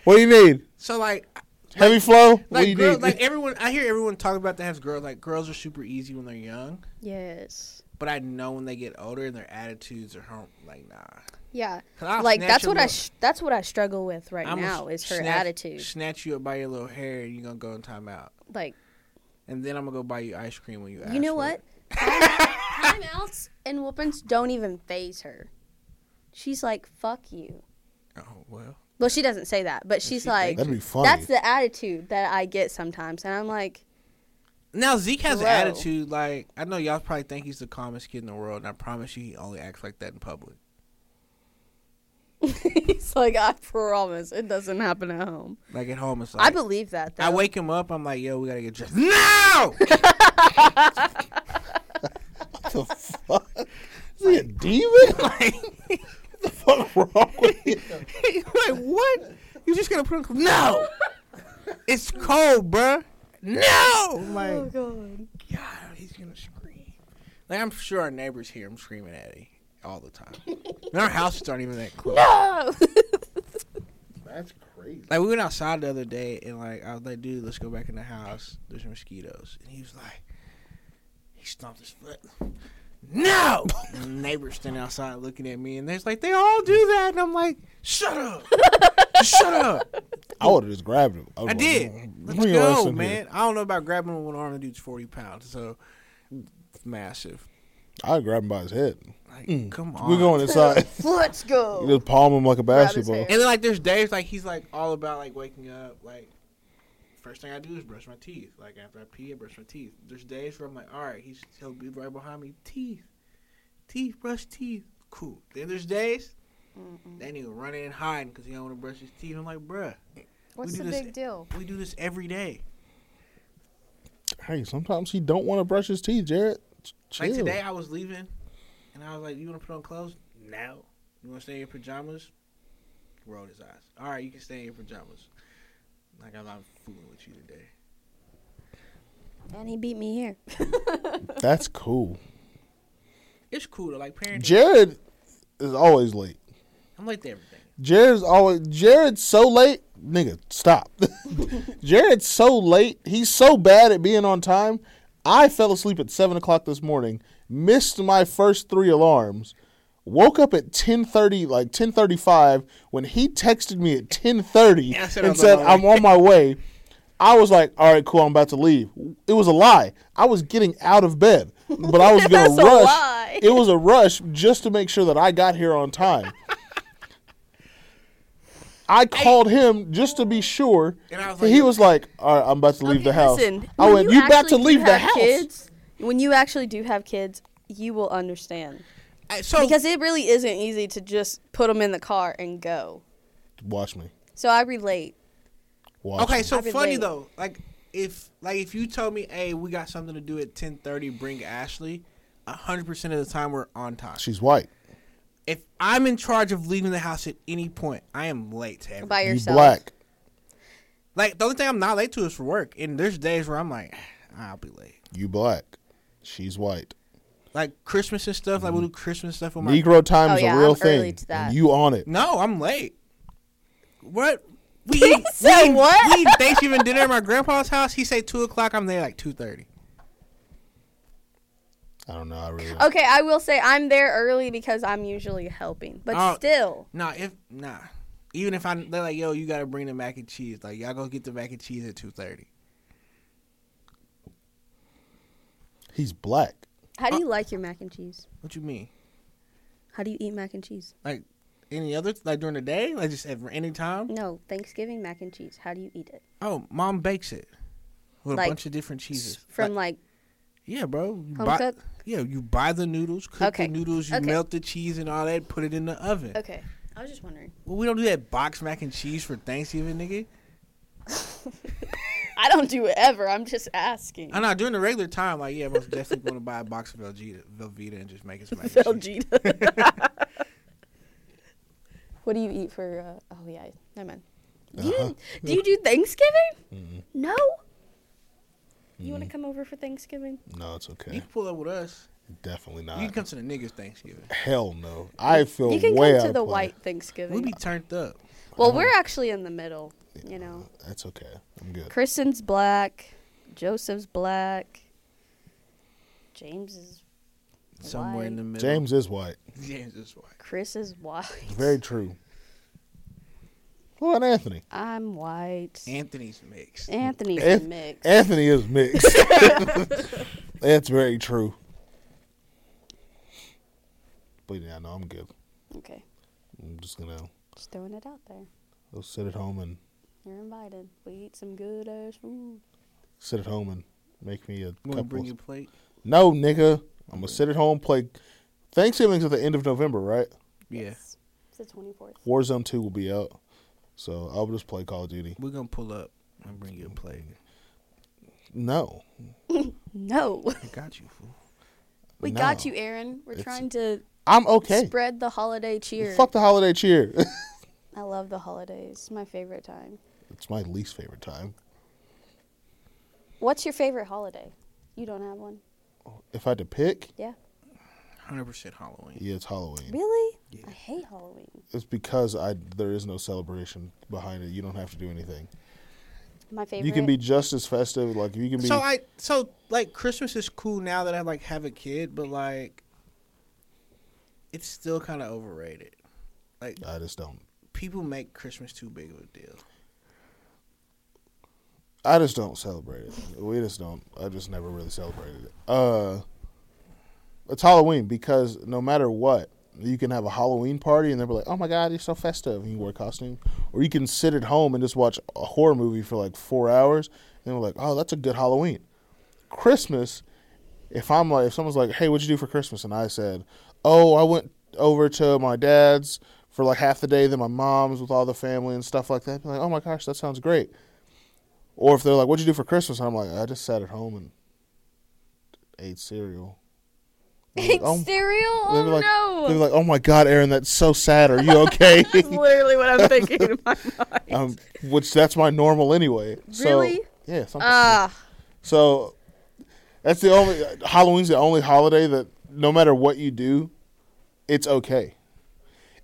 What do you need? So like Heavy flow? what do like you girls, need? like everyone I hear everyone talk about that has girls like girls are super easy when they're young, yes. but I know when they get older and their attitudes are home like nah. Yeah. 'Cause I'll like snatch that's your what I little- sh- that's what I struggle with right I'ma now s- is her snatch- attitude. Snatch you up by your little hair and you're gonna go in time out. like And then I'm gonna go buy you ice cream when you ask you know for what? it. Time- Timeouts and whoopings don't even phase her. She's like, "Fuck you." Oh well. Well, she doesn't say that, but she's like, That'd be funny. "That's the attitude that I get sometimes," and I'm like, Now Zeke has Bro. an attitude like I know y'all probably think he's the calmest kid in the world and I promise you he only acts like that in public. "He's like, I promise, it doesn't happen at home." Like at home it's I like believe that. Though. I wake him up, I'm like, yo, we gotta get dressed. No the fuck? Is he a demon? like, What's wrong with you? like what? You just gonna put on clothes? No, it's cold, bruh. No, I'm like Oh god. God, he's gonna scream. Like I'm sure our neighbors hear him screaming at him all the time. and our houses aren't even that close. Oh! That's crazy. Like we went outside the other day, and like I was like, dude, let's go back in the house. There's mosquitoes, and he was like, he stomped his foot. No, and the neighbors standing outside looking at me, and they're like, they all do that, and I'm like, shut up, shut up. I would have just grabbed him. I would've did. like, "Mm, Let's bring your ass in go, here." man. I don't know about grabbing him with an arm. The dude's forty pounds, so it's massive. I'd grab him by his head. Like, Mm. come on. We're going inside. Let's You go. just palm him like a Grab his basketball. hair. And then like, there's days like he's like all about like waking up. Like, first thing I do is brush my teeth. Like after I pee, I brush my teeth. There's days where I'm like, all right, he's he'll be right behind me. Teeth, teeth, brush teeth. Cool. Then there's days. That nigga running and hiding because he don't want to brush his teeth. I'm like, bruh, What's We the do this- big deal? we do this every day. Hey, sometimes he don't want to brush his teeth, Jared. Chill. Like today, I was leaving, and I was like, "You want to put on clothes? No. You want to stay in your pajamas?" He rolled his eyes. All right, you can stay in your pajamas. Like I'm not fooling with you today. And he beat me here. That's cool. It's cool to like parenting. Jared is always late. I'm late to everything. Jared's always Jared's so late. Nigga, stop. Jared's so late. He's so bad at being on time. I fell asleep at seven o'clock this morning, missed my first three alarms, woke up at ten thirty, like ten thirty five, when he texted me at ten thirty Yeah, I said I and was on said, my I'm on my way. I was like, all right, cool, I'm about to leave. It was a lie. I was getting out of bed. but I was gonna That's a rush. lie. It was a rush just to make sure that I got here on time. I called him just to be sure. And I was he like- was like, "All right, I'm about to leave Okay, the house." Listen, I when went, "You about to actually do leave the have house?" Kids, when you actually do have kids, you will understand Uh, Oh. So because it really isn't easy to just put them in the car and go. Watch me. So I relate. Watch okay, Me. so I've been funny late. though. Like if like if you told me, hey, we got something to do at ten thirty, bring Ashley. hundred percent of the time we're on time. She's white. If I'm in charge of leaving the house at any point, I am late to everything. By You yourself. black. Like the only thing I'm not late to is for work. And there's days where I'm like, "Ah, I'll be late. You black. She's white. Like Christmas and stuff. Like we'll do Christmas stuff with my Negro time Oh, is yeah, a real I'm thing. early to that. You on it? No, I'm late. What? We eat, said we eat- what? we eat Thanksgiving dinner at my grandpa's house. He say two o'clock. I'm there like two thirty. I don't know. I really. Okay, I will say I'm there early because I'm usually helping, but Uh, Oh. still, Nah, if nah, even if I they're like, yo, you gotta bring the mac and cheese. Like y'all go get the mac and cheese at two thirty. He's black. how do you uh, like your mac and cheese? What you mean? How do you eat mac and cheese? Like any other like during the day? Like just at any time? No, Thanksgiving mac and cheese. How do you eat it? Oh, mom bakes it with Like, a bunch of different cheeses. From Like, like, yeah, bro. You home buy, cook? Yeah, you buy the noodles, cook Okay. the noodles, you Okay. melt the cheese and all that, put it in the oven. okay, I was just wondering. Well, we don't do that box mac and cheese for Thanksgiving, nigga. I don't do it ever. I'm just asking. I know Ah, during the regular time, like yeah, most definitely going to buy a box of Velveeta, Velveeta and just make it some mac and cheese. Velveeta. what do you eat for? Uh, oh yeah, never mind. Uh-huh. Do you do you do Thanksgiving? No. You Mm. want to come over for Thanksgiving? No, it's You okay. can pull up with us. Definitely You can not. come to the niggas Thanksgiving. Hell no. I feel you can way come out to of the place. white We Thanksgiving. be turned up. well, we're actually in the middle. You know, That's okay. I'm good. Kristen's black, Joseph's black, James is Somewhere in the middle. James is white. James is white. Chris is white. Very true. Well, and Anthony. I'm white. Anthony's mixed. Anthony's Anth- mixed. Anthony is mixed. That's very true. But yeah, no, I'm good. okay, I'm just gonna just throwing it out there. I'll sit at home and You're invited. We eat some good ass food. sit at home and make me a Want to couple. bring your plate? No, nigga, I'm gonna sit at home play. Thanksgiving's at the end of November, right? Yeah, It's, it's the 24th. Warzone Two will be out, so I'll just play Call of Duty. we're gonna pull up and bring you a plate. No, No. I got you, fool. We No. got you, Aaron. We're It's- trying to I'm okay. spread the holiday cheer. Fuck the holiday cheer. I love the holidays. It's my favorite time. it's my least favorite time. What's your favorite holiday? You don't have one? If I had to pick, Yeah. Hundred percent Halloween. yeah, it's Halloween. Really? Yeah. I hate Halloween. It's because I there is no celebration behind it. You don't have to do anything. My favorite. You can be just as festive. Like you can be. So I so like Christmas is cool now that I like have a kid, but like it's still kind of overrated. Like I just don't. people make Christmas too big of a deal. I just don't celebrate it. We just don't. I just never really celebrated it. Uh, it's Halloween because no matter what, you can have a Halloween party and they'll be like, "Oh my God, you're so festive!" And you wear a costume, or you can sit at home and just watch a horror movie for like four hours, and we're like, "Oh, that's a good Halloween." Christmas, if I'm like, if someone's like, "Hey, what'd you do for Christmas?" and I said, "Oh, I went over to my dad's for like half the day, then my mom's with all the family and stuff like that," be like, "Oh my gosh, that sounds great." Or if they're like, "What'd you do for Christmas?" and I'm like, "I just sat at home and ate cereal." They're like, "Oh, cereal? they'd Oh be like, they'd be no. like, "Oh my God, Aaron, that's so sad. Are you okay?" That's literally what I'm thinking in my mind. um, which that's my normal anyway. Really? So, yeah. Something. Ah. so that's the only Halloween's the only holiday that no matter what you do, it's okay.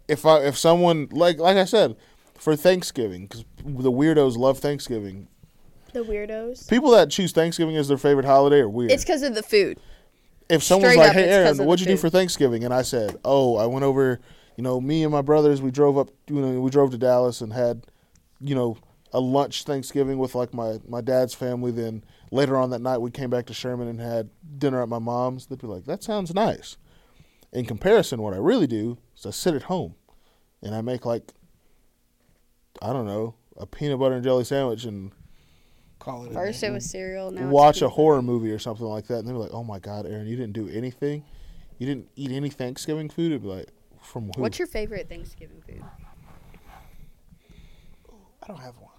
If I if someone like like I said for Thanksgiving because the weirdos love Thanksgiving. the weirdos. People that choose Thanksgiving as their favorite holiday are weird. It's because of the food. if someone's Straight like, up, "Hey it's 'cause Aaron, of the what'd you do food. for Thanksgiving?" and I said, "Oh, I went over, you know, me and my brothers, we drove up, you know, we drove to Dallas and had, you know, a lunch Thanksgiving with like my my dad's family, then later on that night we came back to Sherman and had dinner at my mom's, they'd be like, that sounds nice. In comparison, what I really do is I sit at home and I make like, I don't know, a peanut butter and jelly sandwich and Call it. a First day. it was cereal. Now it's watch a pizza. horror movie or something like that. And they'd be like, oh my God, Aaron, you didn't do anything? You didn't eat any Thanksgiving food? It'd be like, from who? What's your favorite Thanksgiving food? I don't have one.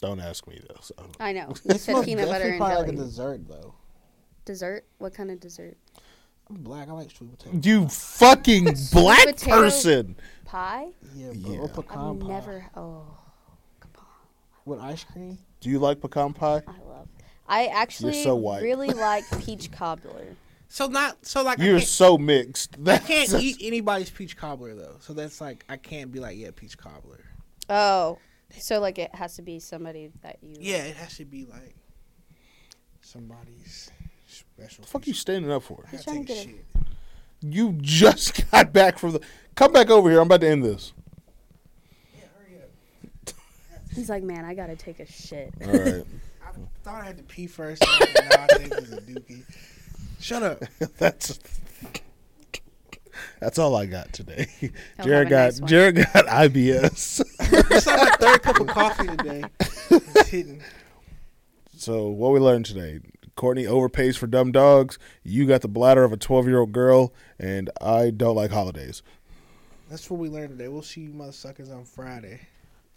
don't ask me though. So. I know. You It's said peanut butter and jelly. like a dessert though. dessert? What kind of dessert? I'm black. I like sweet potato. You fucking black potato. person. Pie? Yeah, bro. Yeah. Or I've pecan pie never. Oh, with ice cream. Do you like pecan pie? I love. I actually so white. really like peach cobbler. So not so like You're I can't, so mixed. I That's, can't eat anybody's peach cobbler though. So that's like I can't be like yeah peach cobbler. Oh, so like it has to be somebody that you. Yeah, it has to be like somebody's special. the fuck you standing up for? I He's trying take to get shit. You just got back from the. Come back over here. I'm about to end this. He's like, man, I gotta take a shit. All right. I thought I had to pee first. and now I think it's a dookie. Shut up. that's that's all I got today. have Jared a got nice one. Jared got IBS. It's like my third cup of coffee today. It's hitting. so what we learned today: Courtney overpays for dumb dogs. You got the bladder of a 12 year old girl, and I don't like holidays. That's what we learned today. We'll see you motherfuckers on Friday.